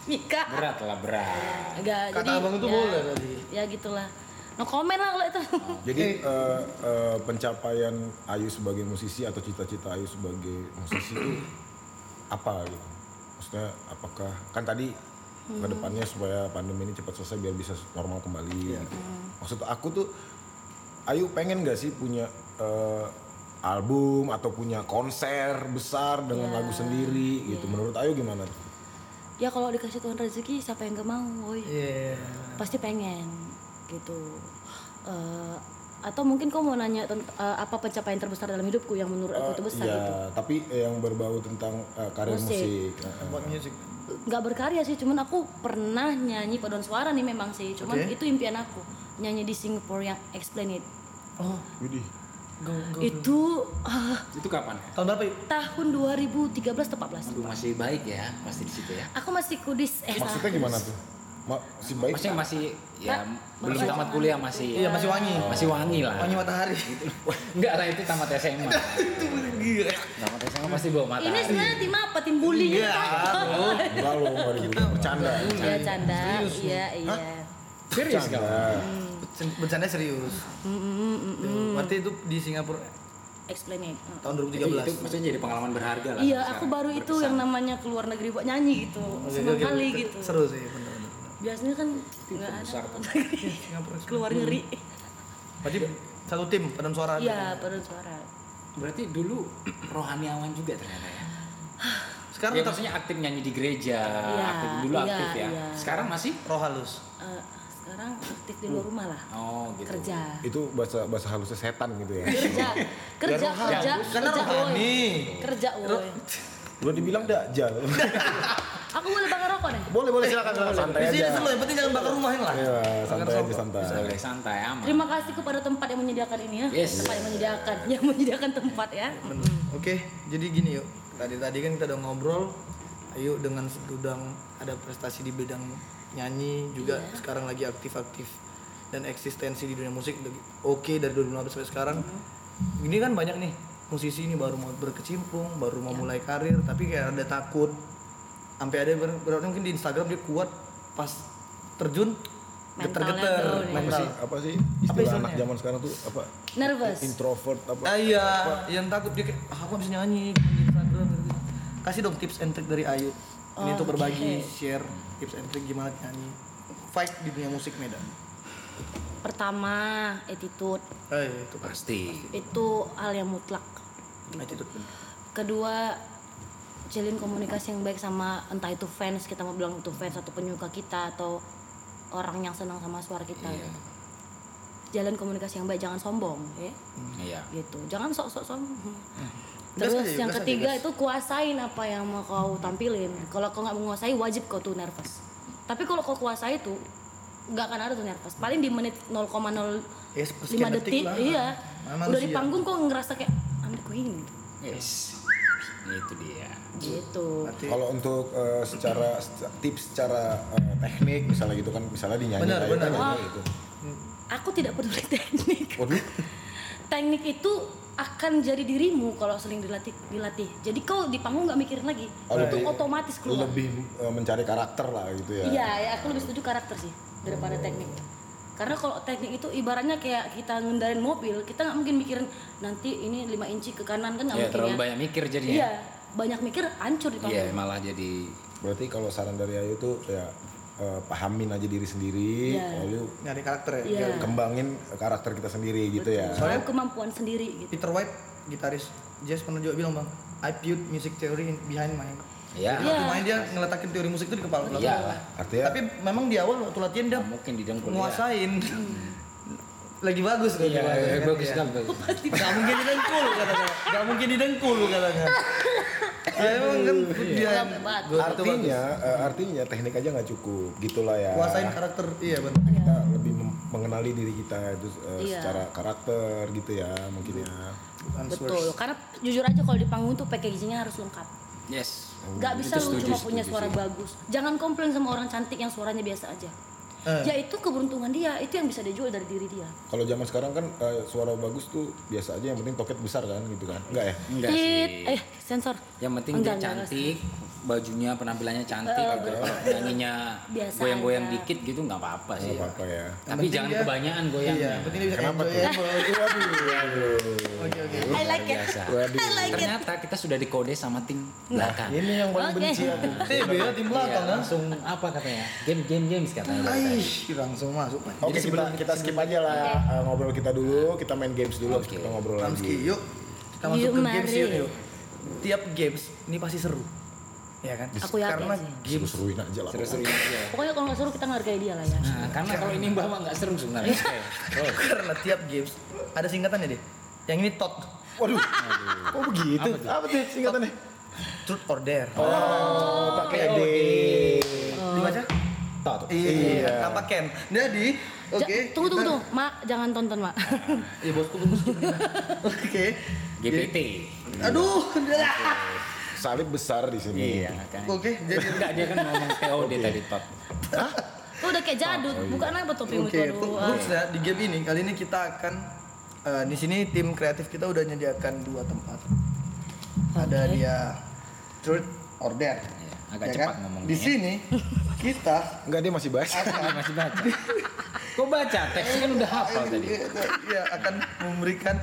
S5: Mika.
S2: Berat lah berat.
S5: Enggak.
S4: Kata abang itu
S5: ya,
S4: boleh tadi.
S5: Ya gitulah. No comment lah kalau itu.
S3: jadi eh, eh, pencapaian Ayu sebagai musisi atau cita-cita Ayu sebagai musisi itu apa gitu maksudnya apakah kan tadi
S5: Hmm.
S3: ke depannya supaya pandemi ini cepat selesai biar bisa normal kembali
S5: Iya.
S3: gitu. maksud aku tuh Ayu pengen gak sih punya eh, album atau punya konser besar dengan
S5: Ya.
S3: lagu sendiri gitu
S5: Iya.
S3: menurut Ayu gimana tuh?
S5: Ya kalau dikasih Tuhan rezeki siapa yang gak mau, woi.
S4: Iya.
S5: pasti pengen gitu Eh, atau mungkin kau mau nanya tent- eh, apa pencapaian terbesar dalam hidupku yang menurut aku itu besar
S3: Iya,
S5: gitu
S3: tapi yang berbau tentang eh, karir
S5: Musik.
S3: musik. Eh,
S4: Buat music.
S5: nggak berkarya sih cuman aku pernah nyanyi paduan suara nih memang sih cuman
S4: Oke.
S5: itu impian aku nyanyi di Singapura yang explain it
S4: Oh,
S3: eh. Widih.
S4: go go.
S5: itu eh,
S2: Itu kapan?
S4: Tahun berapa yuk?
S5: tahun 2013 14
S2: Aduh masih baik ya masih di situ ya.
S5: aku masih kudis eh
S3: Maksudnya
S5: salah.
S3: gimana tuh? Ma- si baik
S2: Maksudnya masih ya
S5: Nggak,
S2: belum
S5: masih-
S2: tamat kuliah masih.
S4: Iya, masih wangi.
S2: Masih wangi lah.
S4: Wangi matahari.
S2: Enggak lah itu tamat SMA.
S4: Gila.
S2: tamat SMA pasti bawa matahari.
S5: ini sebenarnya tim apa tim bullying
S4: Iya,
S5: gitu
S3: enggak lo enggak dibully. bercanda.
S5: ya canda iya iya
S2: Serius
S3: Bercanda.
S2: kamu?
S4: Sen- Bercanda serius. Tuh, Berarti itu di Singapura
S5: explain it Mm.
S4: tahun
S2: Jadi Itu
S4: 2013.
S2: maksudnya jadi pengalaman berharga lah.
S5: Iya,
S2: sekarang.
S5: aku baru itu yang namanya keluar negeri buat nyanyi gitu.
S4: Oke, oke,
S5: Senang kali
S4: oke.
S5: gitu.
S4: Seru sih benar-benar.
S5: Biasanya kan nggak ada
S2: besar.
S5: keluar negeri.
S4: Singapura.
S5: keluar negeri.
S4: Berarti satu tim padam suara.
S5: Iya, pada suara.
S2: Berarti dulu rohaniawan juga ternyata ya.
S4: Sekarang
S2: ya,
S4: tetap
S2: maksudnya aktif nyanyi di gereja,
S5: Iya,
S2: aktif dulu
S5: iya,
S2: aktif ya.
S5: iya.
S2: Sekarang masih?
S4: roh halus.
S5: Eh, sekarang aktif di luar rumah lah.
S2: Oh gitu.
S5: Kerja.
S3: Itu bahasa bahasa halusnya setan gitu ya.
S5: Kerja, kerja, kerja,
S4: Karena
S5: kerja, woy.
S4: rohani.
S5: Kerja, woy.
S3: Udah dibilang dakjal.
S5: Aku boleh bakar rokok nih.
S3: Boleh boleh silakan silakan santai
S4: Di sini
S3: aja.
S4: seru, yang penting jangan bakar rumahin lah.
S3: Iya, santai aja
S4: rokok.
S3: santai.
S2: Boleh santai aman.
S5: Terima kasih kepada tempat yang menyediakan ini ya.
S2: Yes.
S5: Tempat yang menyediakan, yang menyediakan tempat ya.
S4: Oke, jadi gini yuk. Tadi tadi kan kita udah ngobrol, ayo dengan sedang ada prestasi di bidang nyanyi juga sekarang lagi aktif-aktif dan eksistensi di dunia musik udah oke dari 2015 sampai sekarang. Ini kan banyak nih musisi ini baru mau berkecimpung, baru mau mulai karir tapi kayak ada takut. Sampai ada ber- berarti mungkin di Instagram dia kuat pas terjun
S5: Mentalnya
S4: geter-geter
S5: down ya.
S3: Apa
S4: mental.
S3: sih apa sih istilah
S4: istilahnya?
S3: anak zaman sekarang tuh apa?
S5: Nervous.
S3: Introvert apa?
S4: Ah iya, yang takut dia kayak, ah, aku bisa nyanyi di Instagram. gitu, Kasih dong tips and trick dari Ayu. Ini tuh berbagi, share tips and trick gimana nyanyi. Fight di dunia musik Medan.
S5: Pertama, attitude
S4: Eh, itu pasti.
S2: Pasti.
S5: itu hal yang mutlak.
S4: Attitude bener.
S5: Kedua, jalin komunikasi yang baik sama entah itu fans kita mau bilang itu fans atau penyuka kita atau orang yang senang sama suara kita.
S2: Iya.
S5: Jalan komunikasi yang baik, jangan sombong ya.
S2: Iya.
S5: gitu jangan sok-sok sombong
S4: Hmm. Gas aja,
S5: terus
S4: gas
S5: yang
S4: aja,
S5: ketiga
S4: gas.
S5: itu kuasain apa yang mau kau tampilin kalau kau nggak menguasai wajib kau tuh nervous tapi kalau kau kuasai tuh nggak akan ada tuh nervous paling di menit 0,05
S4: Ya, sekian
S5: detik
S4: lah.
S5: iya
S4: Mana
S5: udah di
S4: manusia.
S5: panggung kok ngerasa kayak I'm the queen
S2: Yes. Itu dia.
S5: gitu
S4: Berarti-
S3: Kalau untuk eh, secara tips secara eh, teknik misalnya gitu kan misalnya dinyanyi
S4: Benar,
S3: kayak
S4: benar.
S3: gitu,
S5: Wah.
S3: gitu.
S5: aku tidak peduli teknik
S3: Waduh,
S5: teknik itu akan jadi dirimu kalau sering dilatih dilatih jadi kau di panggung nggak mikirin lagi
S3: Oh,
S5: itu
S3: lebih-
S5: otomatis keluar
S3: lebih eh, mencari karakter lah gitu ya.
S5: Iya, ya aku lebih setuju karakter sih daripada teknik. Karena kalau teknik itu ibaratnya kayak kita ngendarin mobil, kita nggak mungkin mikirin nanti ini 5 inci ke kanan kan nggak
S2: Ya,
S5: mungkin
S2: terlalu
S5: ya.
S2: banyak mikir
S5: Iya,
S2: jadinya.
S5: banyak mikir hancur di panggung.
S2: Iya, malah jadi
S3: Berarti kalau saran dari Ayu tuh ya eh, pahamin aja diri sendiri,
S5: Iya.
S3: lalu
S4: Nyari karakter ya.
S5: Iya.
S3: kembangin karakter kita sendiri gitu ya.
S5: Soalnya kemampuan sendiri gitu.
S4: Peter White, gitaris jazz pernah juga bilang bang, I put music theory in behind my
S2: ya.
S5: Iya.
S4: Waktu main dia ngeletakin teori musik itu di kepala belakang.
S2: Iyalah.
S3: Artinya
S4: Tapi memang di awal waktu latihan dia
S2: Nggak Mungkin di dengkul. ya.
S4: nguasain. Lagi bagus kan.
S2: Iya,
S4: dia
S2: iya,
S4: kan,
S2: bagus
S4: ya.
S2: kan. bagus.
S4: Gak mungkin didengkul katanya. Gak mungkin didengkul katanya.
S3: Iya.
S4: Ya emang kan dia
S5: Hebat.
S4: Gua-
S3: artinya eh, artinya teknik aja nggak cukup gitulah ya.
S4: kuasain karakter. Iya benar.
S3: Kita lebih mem- mengenali diri kita itu eh,
S5: Iya.
S3: secara karakter gitu ya mungkin ya.
S5: Betul. Karena jujur aja kalau di panggung tuh packagingnya harus lengkap.
S2: Yes.
S5: Gak bisa
S2: Hmm, Itu
S5: lu
S2: setuju,
S5: cuma
S2: setuju
S5: punya suara
S2: sih.
S5: bagus. Jangan komplain sama orang cantik yang suaranya biasa aja.
S4: Eh.
S5: Ya itu keberuntungan dia, itu yang bisa dijual dari diri dia.
S3: Kalau zaman sekarang kan eh, suara bagus tuh biasa aja yang penting toket besar kan gitu kan. Enggak ya?
S2: Enggak
S5: Tit.
S2: sih. Ya,
S5: Eh, sensor.
S2: Yang penting
S5: Enggak,
S2: dia
S5: enggak, Eh,
S2: cantik, bajunya penampilannya cantik, kalau nyanyinya
S5: Biasa
S2: goyang-goyang
S5: aja.
S2: dikit gitu nggak apa-apa sih.
S3: Enggak apa-apa ya.
S2: Tapi jangan kebanyakan goyangnya.
S4: Iya, penting dia bisa
S3: Kenapa tuh?
S4: enjoy.
S3: Waduh, waduh.
S4: Oke oke.
S5: I like it.
S2: Biasa.
S3: Waduh.
S2: Ternyata kita sudah dikode sama tim belakang.
S3: Ini yang paling
S5: Oke.
S3: benci aku. Iya.
S4: TB ya tim belakang kan.
S2: Iya, langsung apa katanya? Game game games katanya.
S4: Aish, langsung masuk.
S3: Oke, kita, kita skip aja lah eh, ngobrol kita dulu, kita main games dulu, habis
S2: Oke.
S3: kita ngobrol
S4: Ramski,
S3: lagi.
S4: yuk. Kita masuk
S5: Yuk,
S4: ke games yuk.
S5: mari.
S4: yuk. Tiap games ini pasti seru. Iya kan?
S5: Aku yakin
S4: Karena
S5: sih.
S4: games
S3: Seru-seruin aja lah.
S2: Seru-seruin aja.
S5: Pokoknya kalau nggak suruh kita ngehargai dia lah ya.
S2: Nah, karena Iya. kalau ini Mbak Mbak nggak seru sebenarnya.
S4: karena tiap games ada singkatannya deh. Yang ini TOT,
S3: Waduh. Oh begitu. Apa tuh singkatannya?
S4: Truth or Dare.
S3: Oh, pakai D.
S4: Dibaca?
S2: Tot.
S4: Iya, tanpa Ken. Jadi, oke.
S5: Ja- tunggu tunggu tunggu, Mak jangan tonton Mak.
S4: Iya bosku bagus. Oke.
S2: GPT.
S4: Aduh, udah.
S3: Salib besar di sini.
S2: Iya, kan.
S4: Oke, jadi
S2: Enggak dia kan ngomong TOD tadi Tot.
S5: Kau udah kayak
S2: Oh,
S5: jadut,
S2: iya.
S5: bukan apa topimu
S4: Oke,
S5: itu.
S4: tuh,
S5: aduh.
S4: Brooks ya, di game ini kali ini kita akan eh, di sini tim kreatif kita udah menyediakan dua tempat. Ada dia truth or dare. Ya kan?
S2: Iya, agak cepat ngomongnya.
S4: Di sini kita
S3: Enggak dia masih bahas.
S2: Dia masih baca. Kok baca? Teksnya kan udah hafal tadi.
S4: ya akan memberikan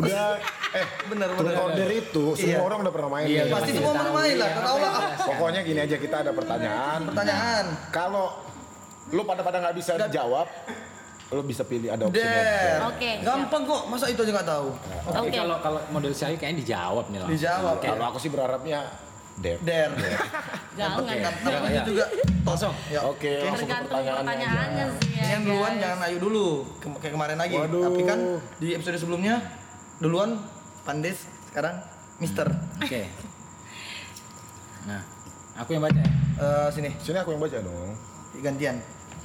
S3: Udah eh
S4: benar
S3: turun
S4: benar.
S3: order itu semua orang udah pernah main.
S2: Iya,
S3: nih.
S4: Pasti semua orang main lah, kau tahu lah.
S5: Iya.
S3: Pokoknya gini aja kita ada pertanyaan.
S4: Pertanyaan.
S3: Kalau lu pada pada nggak bisa jawab, lu bisa pilih ada opsi.
S4: Dare.
S5: Oke, siap.
S4: Gampang kok, masa itu aja nggak tahu.
S2: Tapi
S5: Oke.
S2: kalau kalau model saya kayaknya dijawab nih lah.
S4: Dijawab.
S3: Kalau aku sih berharapnya dare.
S4: Dare.
S5: Jangan.
S4: Tapi itu juga Iya, kosong. Ya.
S3: Oke, langsung ke
S5: Tergantung
S3: pertanyaannya.
S5: pertanyaannya sih ya.
S4: yang duluan
S5: guys.
S4: jangan Ayu dulu Kem- kayak kemarin lagi
S3: Waduh.
S4: tapi kan di episode sebelumnya duluan Pandes sekarang Mister
S2: Oke. Nah, Aku yang baca ya.
S4: Eh, sini
S3: Sini aku yang baca dong.
S4: gantian.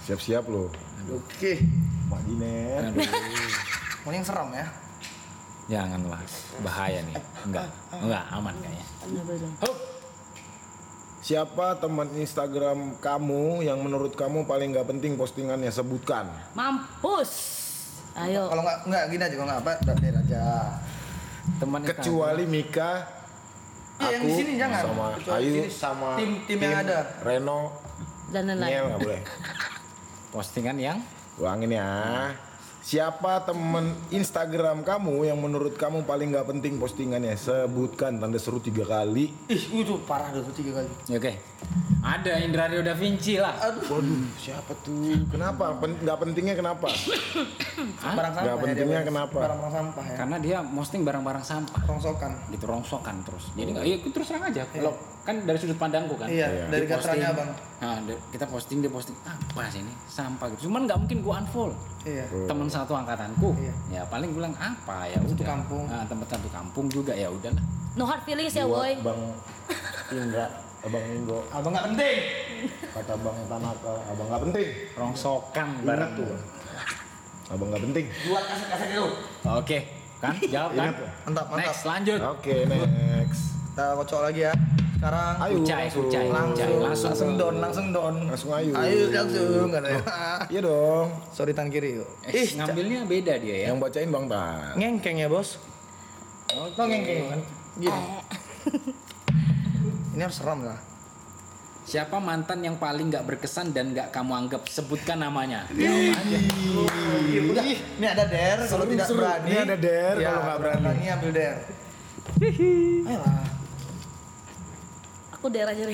S3: Siap-siap lo.
S4: Oke.
S3: Mak Diner.
S2: Aduh,
S4: Mau yang seram ya.
S2: janganlah bahaya nih. Enggak, enggak aman kayaknya.
S5: Bener-bener.
S2: Hup.
S3: Siapa teman Instagram kamu yang menurut kamu paling nggak penting postingannya sebutkan.
S5: Mampus. Ayo.
S4: Kalau nggak nggak gini aja kalau nggak apa update aja.
S2: Teman Instagram.
S3: Kecuali Mika,
S4: Iya, yang di sini jangan.
S3: sama
S4: Kecuali
S3: Ayu,
S4: sini.
S3: sama
S4: Tim- tim yang ada.
S3: Reno,
S5: Dan
S2: Iya.
S3: Niel
S5: lain-lain.
S3: nggak boleh.
S2: postingan yang
S3: Ulangin ya. Siapa temen Instagram kamu yang menurut kamu paling nggak penting postingannya? Sebutkan tanda seru tiga kali.
S4: Ih, itu parah dulu tiga kali.
S2: Ya, Oke. Ada Indrario Da Vinci lah.
S3: Waduh, siapa tuh? Kenapa? Pen- Nggak pentingnya kenapa?
S2: Hah?
S4: Barang sampah.
S3: Nggak
S4: ya,
S3: pentingnya
S4: dia,
S3: kenapa?
S4: Barang-barang sampah ya.
S2: Karena dia posting barang-barang sampah
S4: Rongsokan.
S2: gitu rongsokan terus. Jadi nggak, iya terus terang aja. Kalau kan dari sudut pandangku kan.
S4: Iya,
S3: Iya.
S4: dari
S2: Dia posting.
S4: gatarannya Bang.
S2: Nah, dia- kita posting dia posting apa sih ini sampah gitu. Cuman nggak mungkin gua unfollow.
S4: Iya.
S2: Teman satu angkatanku.
S4: Iya.
S2: Ya paling bilang apa ya
S4: Satu
S2: udah.
S4: kampung.
S2: Nah, tempat satu kampung juga ya udahlah.
S5: No hard feelings
S2: Iya.
S5: ya,
S3: Buat
S5: boy.
S3: Bang Indra, Abang Indro,
S4: Abang nggak penting.
S3: kata Bang Tanaka, abang nggak penting.
S2: Rongsokan
S3: Ingat
S4: Iya.
S2: barang.
S3: tuh. Abang nggak penting.
S4: Buat kaset-kaset itu.
S2: Oke, kan jawab kan.
S3: Ingat tuh.
S4: Mantap, mantap.
S2: Next lanjut.
S3: Oke, next.
S4: Kita kocok lagi ya. Sekarang
S3: Ayo
S2: Kucai,
S3: langsung.
S2: kucai,
S4: langsung,
S2: kucai.
S4: langsung,
S2: Langsung.
S4: don, langsung don.
S3: Langsung ayo.
S4: Ayo langsung nggak ada ya.
S3: Iya dong.
S4: Sorry tangan kiri yuk.
S2: Eh, ngambilnya beda dia ya.
S3: Yang bacain Bang Tan.
S4: ngengkeng ya bos.
S3: Oh,
S4: Lo ngengkeng kan?
S3: Eh.
S4: Gini. Ini harus seram lah.
S2: Siapa mantan yang paling nggak berkesan dan nggak kamu anggap? Sebutkan namanya.
S4: Udah, ini ada der kalau
S3: Iya, Seru,
S4: tidak
S3: seru.
S4: berani.
S3: Ini
S4: Ya,
S3: ada der kalau nggak berani.
S4: ambil der. Ayolah.
S5: Aku daerah aja deh.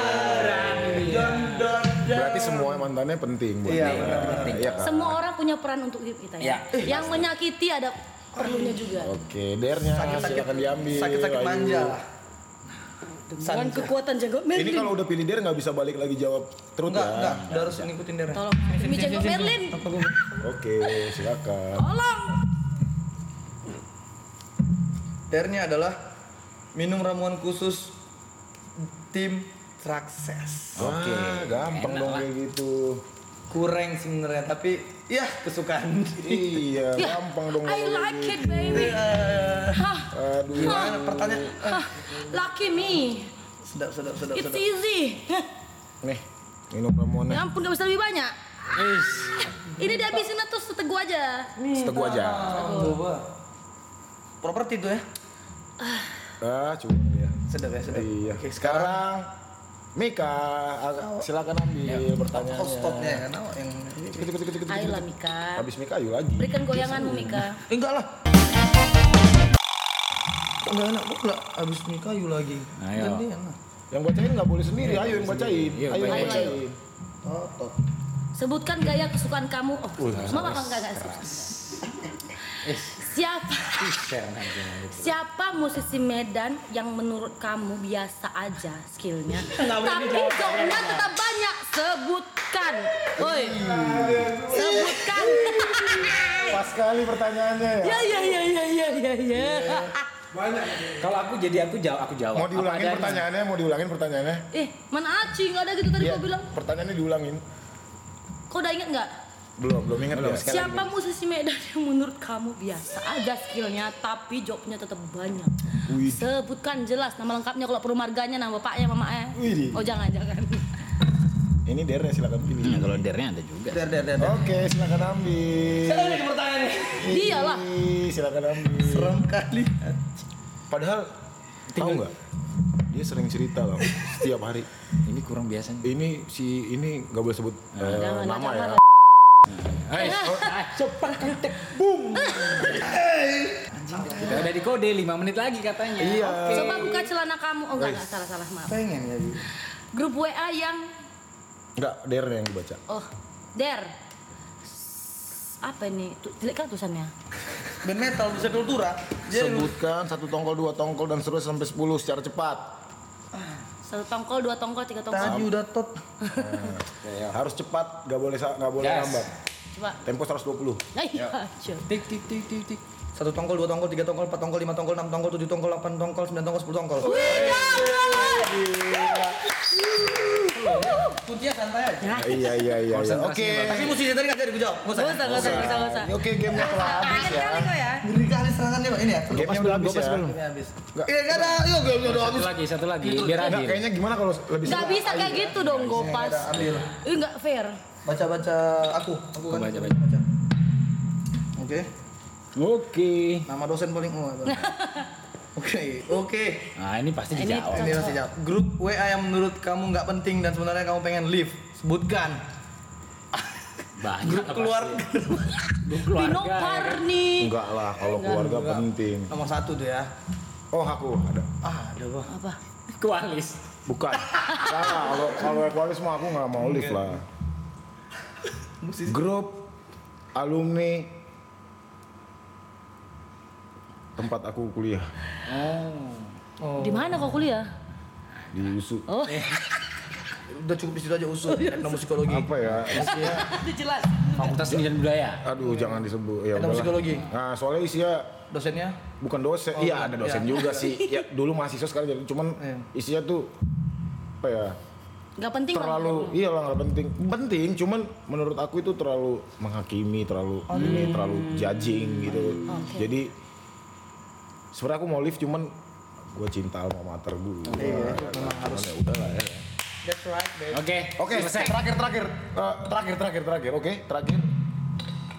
S4: Don don don.
S3: Berarti semua mantannya penting buat
S4: Iya,
S3: dia.
S4: benar, penting.
S3: Iya kan?
S5: Semua orang punya peran untuk hidup kita ya. Yang menyakiti ada perlunya juga.
S3: Oke, dernya
S4: Sakit-sakit
S3: silakan diambil.
S4: Sakit-sakit
S3: ayo.
S4: manja lah.
S5: Dengan kekuatan jago
S3: Ini
S5: Merlin.
S3: kalau udah pilih der nggak bisa balik lagi jawab terus
S4: Enggak,
S3: ya.
S4: enggak. Udah harus ngikutin dernya.
S5: Tolong, demi jago Merlin.
S3: Oke, silakan.
S5: Tolong.
S4: Dernya adalah minum ramuan khusus tim Trakses.
S3: Oke, Ah, gampang dong kayak gitu.
S4: Kurang sebenarnya tapi ya kesukaan.
S3: Iya,
S5: Ya,
S3: gampang dong.
S5: I
S3: kalau kayak
S5: like it,
S3: gitu.
S5: baby. Hah,
S3: Aduh,
S4: Gimana pertanyaan? Eh,
S5: hah, lucky me.
S4: Sedap, sedap, sedap,
S5: It's
S4: sedap.
S5: easy.
S3: nih minum ramuannya.
S5: Ya ampun, gak bisa lebih banyak.
S2: Is.
S5: Ini dihabisin lah, terus seteguh aja.
S3: Seteguh aja.
S4: Properti tuh ya.
S3: Ah, cuma ya.
S4: Sedap ya, sedap.
S3: Iya.
S4: Oke, sekarang
S3: Sekarang Mika, ah, silakan ambil pertanyaannya.
S4: hostopnya ya kan awak yang
S3: Cepet, cepet, cepet, cepet, cepet.
S5: Ayolah, Mika.
S3: Habis Mika ayo lagi.
S5: Berikan goyanganmu, Mika.
S4: Eh, enggak lah. Kok enggak enak pula abis nikah yuk lagi.
S2: Ayo.
S4: Gantian lah.
S3: Yang bacain nggak boleh sendiri, ayo yang bacain.
S2: Iya,
S3: Ayo yang
S5: bacain.
S3: bacain.
S4: Totok.
S5: Sebutkan gaya kesukaan kamu. Oh, mama apa enggak, enggak? Siapa? Siapa musisi Medan yang menurut kamu biasa aja skillnya, tapi jobnya tetap banyak? Sebutkan, woi, sebutkan.
S3: Pas sekali pertanyaannya ya.
S5: Ya ya ya ya ya ya ya.
S2: Kalau aku jadi aku jawab, aku jawab.
S3: Mau
S2: Apa
S3: diulangin
S2: adanya.
S3: pertanyaannya, mau diulangin pertanyaannya.
S5: Eh, mana Aci nggak ada gitu tadi
S3: Iya,
S5: kau bilang?
S3: pertanyaannya diulangin.
S5: Kau udah inget nggak?
S3: Belum, belum ingat ya.
S5: Siapa musisi Medan yang menurut kamu biasa aja skillnya tapi jobnya tetap banyak?
S3: Wih.
S5: Sebutkan jelas nama lengkapnya kalau perlu marganya, nama bapaknya, mamanya.
S3: Wih.
S5: Oh jangan jangan.
S3: Ini Dernya silakan pilih.
S2: Nah, kalau dernya ada juga.
S4: Der der der. der.
S3: Oke, silakan ambil.
S4: Ada lagi pertanyaan nih.
S5: Iyalah.
S3: Ih, Silakan ambil.
S4: Serem kali.
S3: Padahal tahu nggak? Dia sering cerita loh setiap hari.
S2: Ini kurang biasa. nih.
S3: Ini si ini nggak boleh sebut eh, nama
S5: jangan, jangan,
S3: ya.
S5: jangan.
S2: Hai, cepat kontak. Boom. Kita udah di kode 5 menit lagi katanya.
S3: Iya.
S5: Coba buka celana kamu. Oh enggak, enggak salah salah maaf.
S4: Pengen ya. Bi.
S5: Grup WA yang
S3: Nggak Dernya yang dibaca.
S5: oh der apa ini? Tu- Jelek kan tulisannya?
S4: Band metal bisa kultura. Jadi
S3: Sebutkan satu tongkol, dua tongkol dan seterusnya sampai 10 secara cepat.
S5: Satu tongkol, dua tongkol, tiga tongkol.
S4: tadi udah tot.
S3: Harus cepat, nggak boleh sa- nggak boleh
S2: Gas.
S3: lambat.
S5: Coba.
S3: Tempo 120.
S4: Ya.
S5: Nah, iya, coba.
S2: Tik tik tik tik tik.
S4: satu tongkol, dua tongkol, tiga tongkol, empat tongkol, lima tongkol, enam tongkol, tujuh tongkol, delapan tongkol, sembilan tongkol, sepuluh tongkol. Putihnya ya, santai aja.
S5: Nah,
S3: Iya iya iya. iya. Oke.
S4: Tapi musisi tadi nggak jadi gua jawab. Nggak usah.
S5: Gak usah, gak usah, gak usah, gak usah.
S3: Oke gamenya telah habis
S6: Kaget
S3: ya.
S6: kali kok ya.
S4: Ngeri kali serangannya Pak. ini ya. Seru.
S3: Gamenya udah habis ya.
S4: Ini habis. Iya, nggak ada. Yuk, gue udah
S2: Satu
S4: habis.
S2: lagi, satu lagi, biar
S3: Enggak,
S2: adil.
S3: kayaknya gimana kalau lebih
S5: Gak
S3: seru?
S5: bisa kayak gitu dong, gopas.
S4: Ada, ambil.
S5: Ih, gak fair.
S4: Baca-baca aku. Aku kan
S2: Baca, baca.
S4: baca. Oke.
S2: Oke.
S4: Nama dosen paling oh, apa? Oke, oke.
S2: Nah, ini pasti
S5: Ini
S2: dijawab.
S4: Ini masih jawab. Grup WA yang menurut kamu nggak penting dan sebenarnya kamu pengen leave, sebutkan.
S2: Banyak
S4: Keluar
S2: Grup
S4: ya
S5: Pino
S2: keluarga.
S4: kan?
S5: Karni.
S3: Enggak lah, kalau keluarga penting.
S4: nomor satu tuh ya.
S3: Oh aku ada.
S4: Ah, ada bah.
S5: Apa?
S2: Kualis.
S3: Bukan. Salah. Nah, Kalau kalau Aquarius mah aku nggak mau live lah. Grup alumni tempat aku kuliah
S4: Oh.
S5: Di mana kau kuliah?
S3: di USU.
S5: Oh,
S4: Udah cukup di situ aja usul Iya. etnomusikologi. psikologi.
S3: Apa ya? Isinya,
S5: itu jelas.
S2: Fakultas Seni dan Budaya.
S3: aduh jangan disebut ya.
S4: Etnomusikologi.
S3: udahlah. Nah, soalnya isinya
S4: Dosennya
S3: bukan dosen. iya, ada dosen
S4: iya.
S3: juga sih. Ya, dulu mahasiswa sekarang jadi cuman
S4: Iya.
S3: isinya tuh apa ya?
S5: Gak penting kan? lah.
S3: terlalu iya lah nggak penting penting cuman menurut aku itu terlalu menghakimi terlalu
S5: Oh, iya.
S3: ini terlalu judging gitu jadi sebenarnya aku mau live cuman gue cinta alma mater gue
S4: memang harus. That's right, babe.
S2: Oke.
S3: oke terakhir terakhir Eh, terakhir terakhir terakhir oke terakhir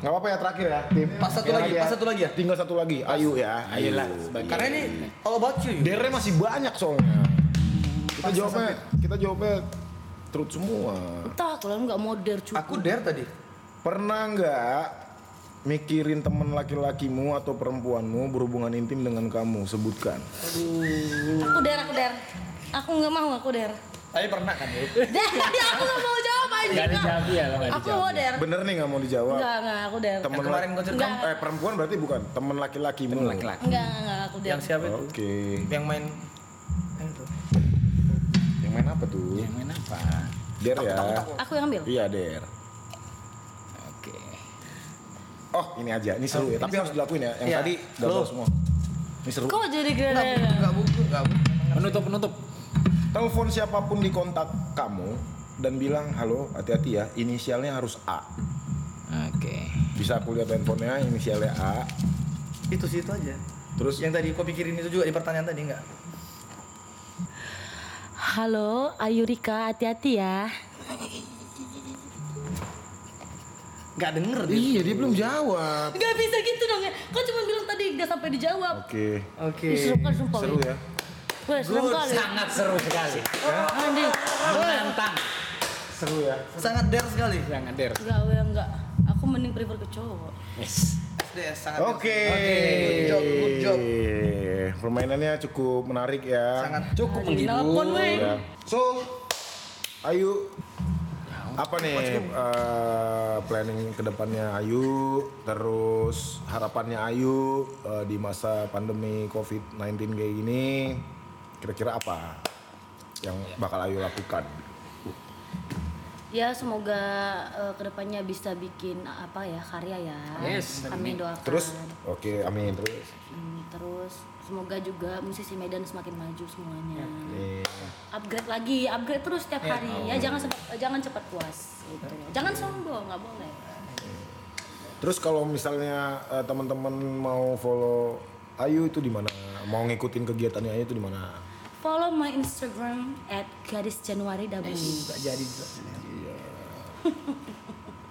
S3: nggak apa-apa ya terakhir ya tim
S4: Pas satu
S3: Yang
S4: lagi, pas satu lagi ya? Iya,
S3: tinggal satu lagi ayu ya ayu
S2: Ayolah.
S4: Karena ini all about you.
S3: dere masih banyak soalnya kita jawabnya kita jawabnya truth semua
S5: Entah, kalau lu gak modern cukup.
S4: Aku dare tadi.
S3: Pernah nggak mikirin temen laki-lakimu atau perempuanmu berhubungan intim dengan kamu? Sebutkan.
S5: Aku der, aku der. Aku nggak mau, aku der.
S4: Tapi pernah kan, Babe?
S5: Der, dia aku nggak mau jawab aja.
S2: Gak dijawab ya,
S4: iya,
S2: lo gak
S5: Aku
S2: dijawab.
S5: mau der.
S3: Bener nih nggak mau dijawab.
S5: Enggak, enggak, aku der.
S3: Temen
S4: Yang kemarin
S3: la-
S4: konser
S5: Enggak.
S3: eh perempuan berarti bukan temen laki-lakimu.
S2: Laki-laki.
S5: Enggak, enggak, enggak, aku der.
S4: yang siapa itu?
S3: Oke.
S4: Yang main eh, itu.
S3: Yang main apa tuh?
S2: Yang main apa?
S3: Der ya.
S5: Aku yang ambil.
S3: Iya der.
S2: Oke.
S3: Oh ini aja, ini seru ya. Tapi harus dilakuin ya. Yang
S4: Iya.
S3: tadi gagal
S4: Lo.
S3: semua. Ini seru.
S5: Kok jadi
S4: Enggak,
S5: gara-gara?
S4: bu- enggak, bu, enggak, bu.
S2: Penutup, penutup.
S3: Telepon siapapun di kontak kamu dan bilang halo hati-hati ya inisialnya harus A
S2: Oke.
S3: bisa aku lihat handphonenya inisialnya A
S4: Itu sih itu aja.
S3: terus
S4: Yang tadi kau pikirin itu juga di pertanyaan tadi enggak?
S5: Halo, Ayu Rika, hati-hati ya.
S4: Enggak denger dia.
S3: Iya dia belum jawab.
S5: Gak bisa gitu dong ya. Kau cuma bilang tadi gak sampai dijawab.
S3: Oke.
S4: Oke.
S5: Ih, Serem kali, sumpah.
S3: Seru
S5: weh.
S3: ya.
S5: Weh, serem
S2: Good,
S5: kali.
S2: sangat seru sekali.
S5: Anjing.
S2: Menantang.
S3: Seru ya.
S4: Sangat dare sekali.
S2: Jangan der.
S5: Enggak, weh, enggak. Aku mending prefer ke cowok.
S2: Yes.
S4: SDS sangat dare.
S3: Oke.
S4: Good job, good job.
S3: Permainannya cukup menarik ya.
S4: Sangat.
S2: Cukup
S5: Telepon, weh.
S3: Ya. So, Ayu apa nih eh, planning kedepannya Ayu terus harapannya Ayu eh, di masa pandemi COVID-19 kayak gini kira-kira apa yang bakal Ayu lakukan?
S5: Ya semoga eh, kedepannya bisa bikin apa ya karya ya.
S2: Yes,
S5: Kami doakan.
S3: Terus, oke, amin terus.
S5: Hmm, terus semoga juga musisi Medan semakin maju semuanya.
S3: Nih.
S5: Upgrade lagi, upgrade terus setiap hari ya. Jangan sempat- jangan cepat puas gitu. Jangan sombong, nggak boleh.
S3: Terus kalau misalnya eh, teman-teman mau follow Ayu itu di mana? Mau ngikutin kegiatannya Ayu itu di mana?
S5: Follow my Instagram at Gadis Januari
S4: Enggak jadi juga.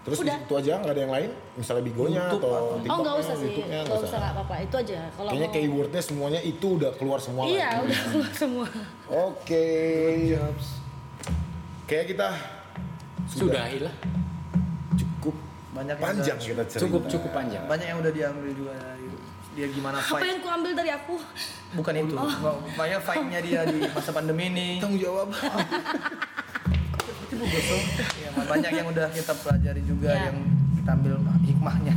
S3: Terus
S5: Udah.
S3: itu aja nggak ada yang lain? Misalnya bigonya atau
S5: Oh nggak
S3: TikToknya,
S5: usah sih,
S3: YouTube-nya,
S5: nggak usah nggak apa-apa. Itu aja. Kalau
S3: Kayaknya
S5: mau-
S3: keywordnya semuanya itu udah keluar semua. lah. ya.
S5: iya udah keluar semua.
S3: Oke. Kayak kita
S2: Sudah hilang.
S3: cukup
S4: Banyak yang
S3: panjang
S4: udah-
S3: kita cerita.
S2: Cukup, cukup panjang.
S4: Banyak yang udah diambil juga dari dia gimana
S5: Apa
S4: fight.
S5: yang ku ambil dari aku?
S4: Bukan itu.
S5: Oh.
S4: Banyak fight-nya dia di masa pandemi ini.
S3: Tanggung jawab.
S4: Iya, banyak yang udah kita pelajari juga
S5: Iya.
S4: yang kita ambil hikmahnya.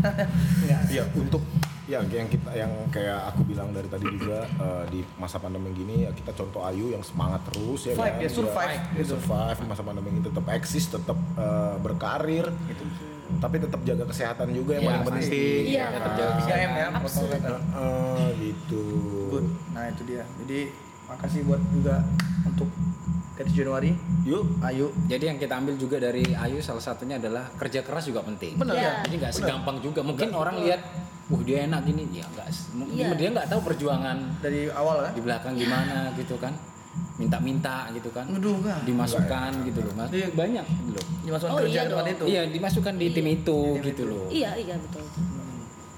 S4: Enggak.
S3: Iya untuk ya yang kita yang kayak aku bilang dari tadi juga eh, di masa pandemi gini ya kita contoh Ayu yang semangat terus ya
S4: Survive,
S3: kan?
S4: dia survive
S3: Dia survive di masa pandemi ini tetap eksis tetap eh, berkarir gitu. tapi tetap jaga kesehatan juga yang
S2: Iya,
S3: paling
S2: pasti.
S3: penting.
S5: Iya.
S3: kan?
S4: tetap jaga 3M ya protokol
S5: Absolut.
S4: kesehatan.
S3: Heeh, gitu.
S4: Good. Nah itu dia. Jadi makasih buat juga untuk Kati Januari,
S3: Yuk.
S4: Ayu.
S2: Jadi yang kita ambil juga dari Ayu salah satunya adalah kerja keras juga penting.
S3: Benar
S5: Iya.
S3: ya?
S4: kan?
S2: Jadi nggak segampang juga. Mungkin orang lihat, wah dia enak gini, ya nggak. s- Mungkin
S5: Iya.
S2: dia nggak tahu perjuangan
S4: dari awal kan?
S2: di belakang gimana gitu kan. Minta-minta gitu kan.
S4: Ngeduh kan?
S2: Dimasukkan gitu loh. Mas.
S4: Iya.
S2: Banyak gitu loh.
S4: Dimasukkan
S5: Oh,
S4: kerjaan
S5: iya
S4: tempat
S5: dong.
S4: itu.
S2: Iya, dimasukkan di tim itu gitu loh.
S5: Iya, iya betul.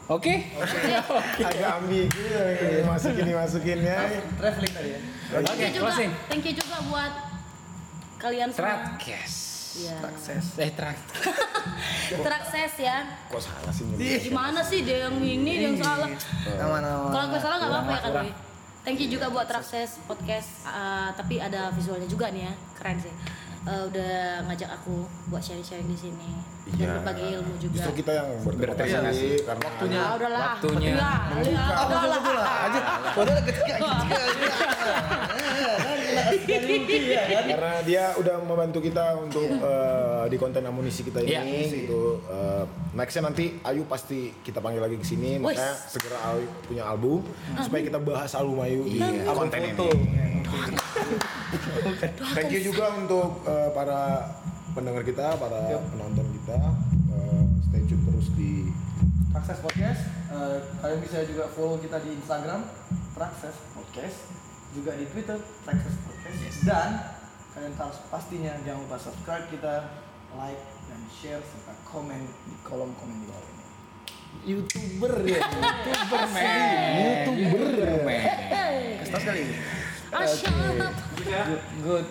S2: Oke.
S3: Agak ambigu Ya, ini masukin masukinnya.
S4: Traveling tadi ya.
S2: Oke,
S5: Thank you juga,
S2: closing.
S5: thank you juga buat kalian semua.
S2: Trakes.
S5: Iya.
S4: Sukses.
S2: Eh, trak.
S5: Terakses ya.
S3: Kok salah sih ini?
S5: Gimana sih dia yang ini, dia yang salah.
S4: Iya. Aman-aman.
S5: Kalau gue salah nggak apa-apa ya kan
S2: kurang.
S5: Wi? Thank you juga buat Trakses podcast, uh, tapi ada visualnya juga nih ya, keren sih. Uh, udah ngajak aku buat sharing-sharing di sini dan berbagi ilmu juga.
S3: Justru kita yang
S2: Berterima
S3: berterima kasih karena waktunya
S5: Ah, udahlah,
S2: Waktunya.
S5: udahlah, udahlah,
S4: Aku
S5: udahlah.
S4: sudah pula aja. Padahal kecil kecil.
S3: karena dia udah membantu kita untuk eh, di konten amunisi kita ini
S2: Iya.
S3: gitu. Eh, nextnya nanti Ayu pasti kita panggil lagi ke sini, makanya
S5: Wis.
S3: segera Ayu punya album supaya kita bahas album Ayu di konten ini. Thank you juga untuk eh, para pendengar kita, para penonton kita. Eh, stay tune terus di
S4: Trakses Podcast. Eh, kalian bisa juga follow kita di Instagram Trakses Podcast, juga di Twitter Trakses Podcast. Dan kalian harus pastinya jangan lupa subscribe kita, like dan share serta komen di kolom komen di bawah ini.
S3: YouTuber ya.
S4: Kestas kali ini.
S5: Asyik.
S4: Good.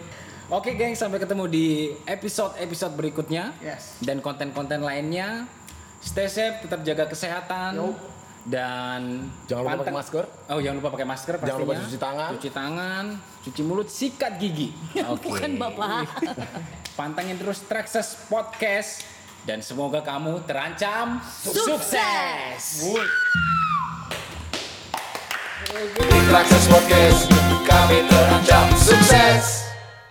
S2: Oke, geng, sampai ketemu di episode-episode berikutnya.
S4: Yes.
S2: dan konten-konten lainnya. Stay safe, tetap jaga kesehatan
S4: Yo.
S2: dan
S3: Jangan lupa pakai masker.
S2: Oh, jangan lupa pakai masker pastinya.
S3: Jangan lupa cuci tangan.
S2: Cuci tangan, cuci mulut, sikat gigi. Oke.
S5: Bukan kan bapak.
S2: Pantengin terus Traxxas Podcast dan semoga kamu terancam sukses.
S1: Di Traxxas Podcast Kami terancam sukses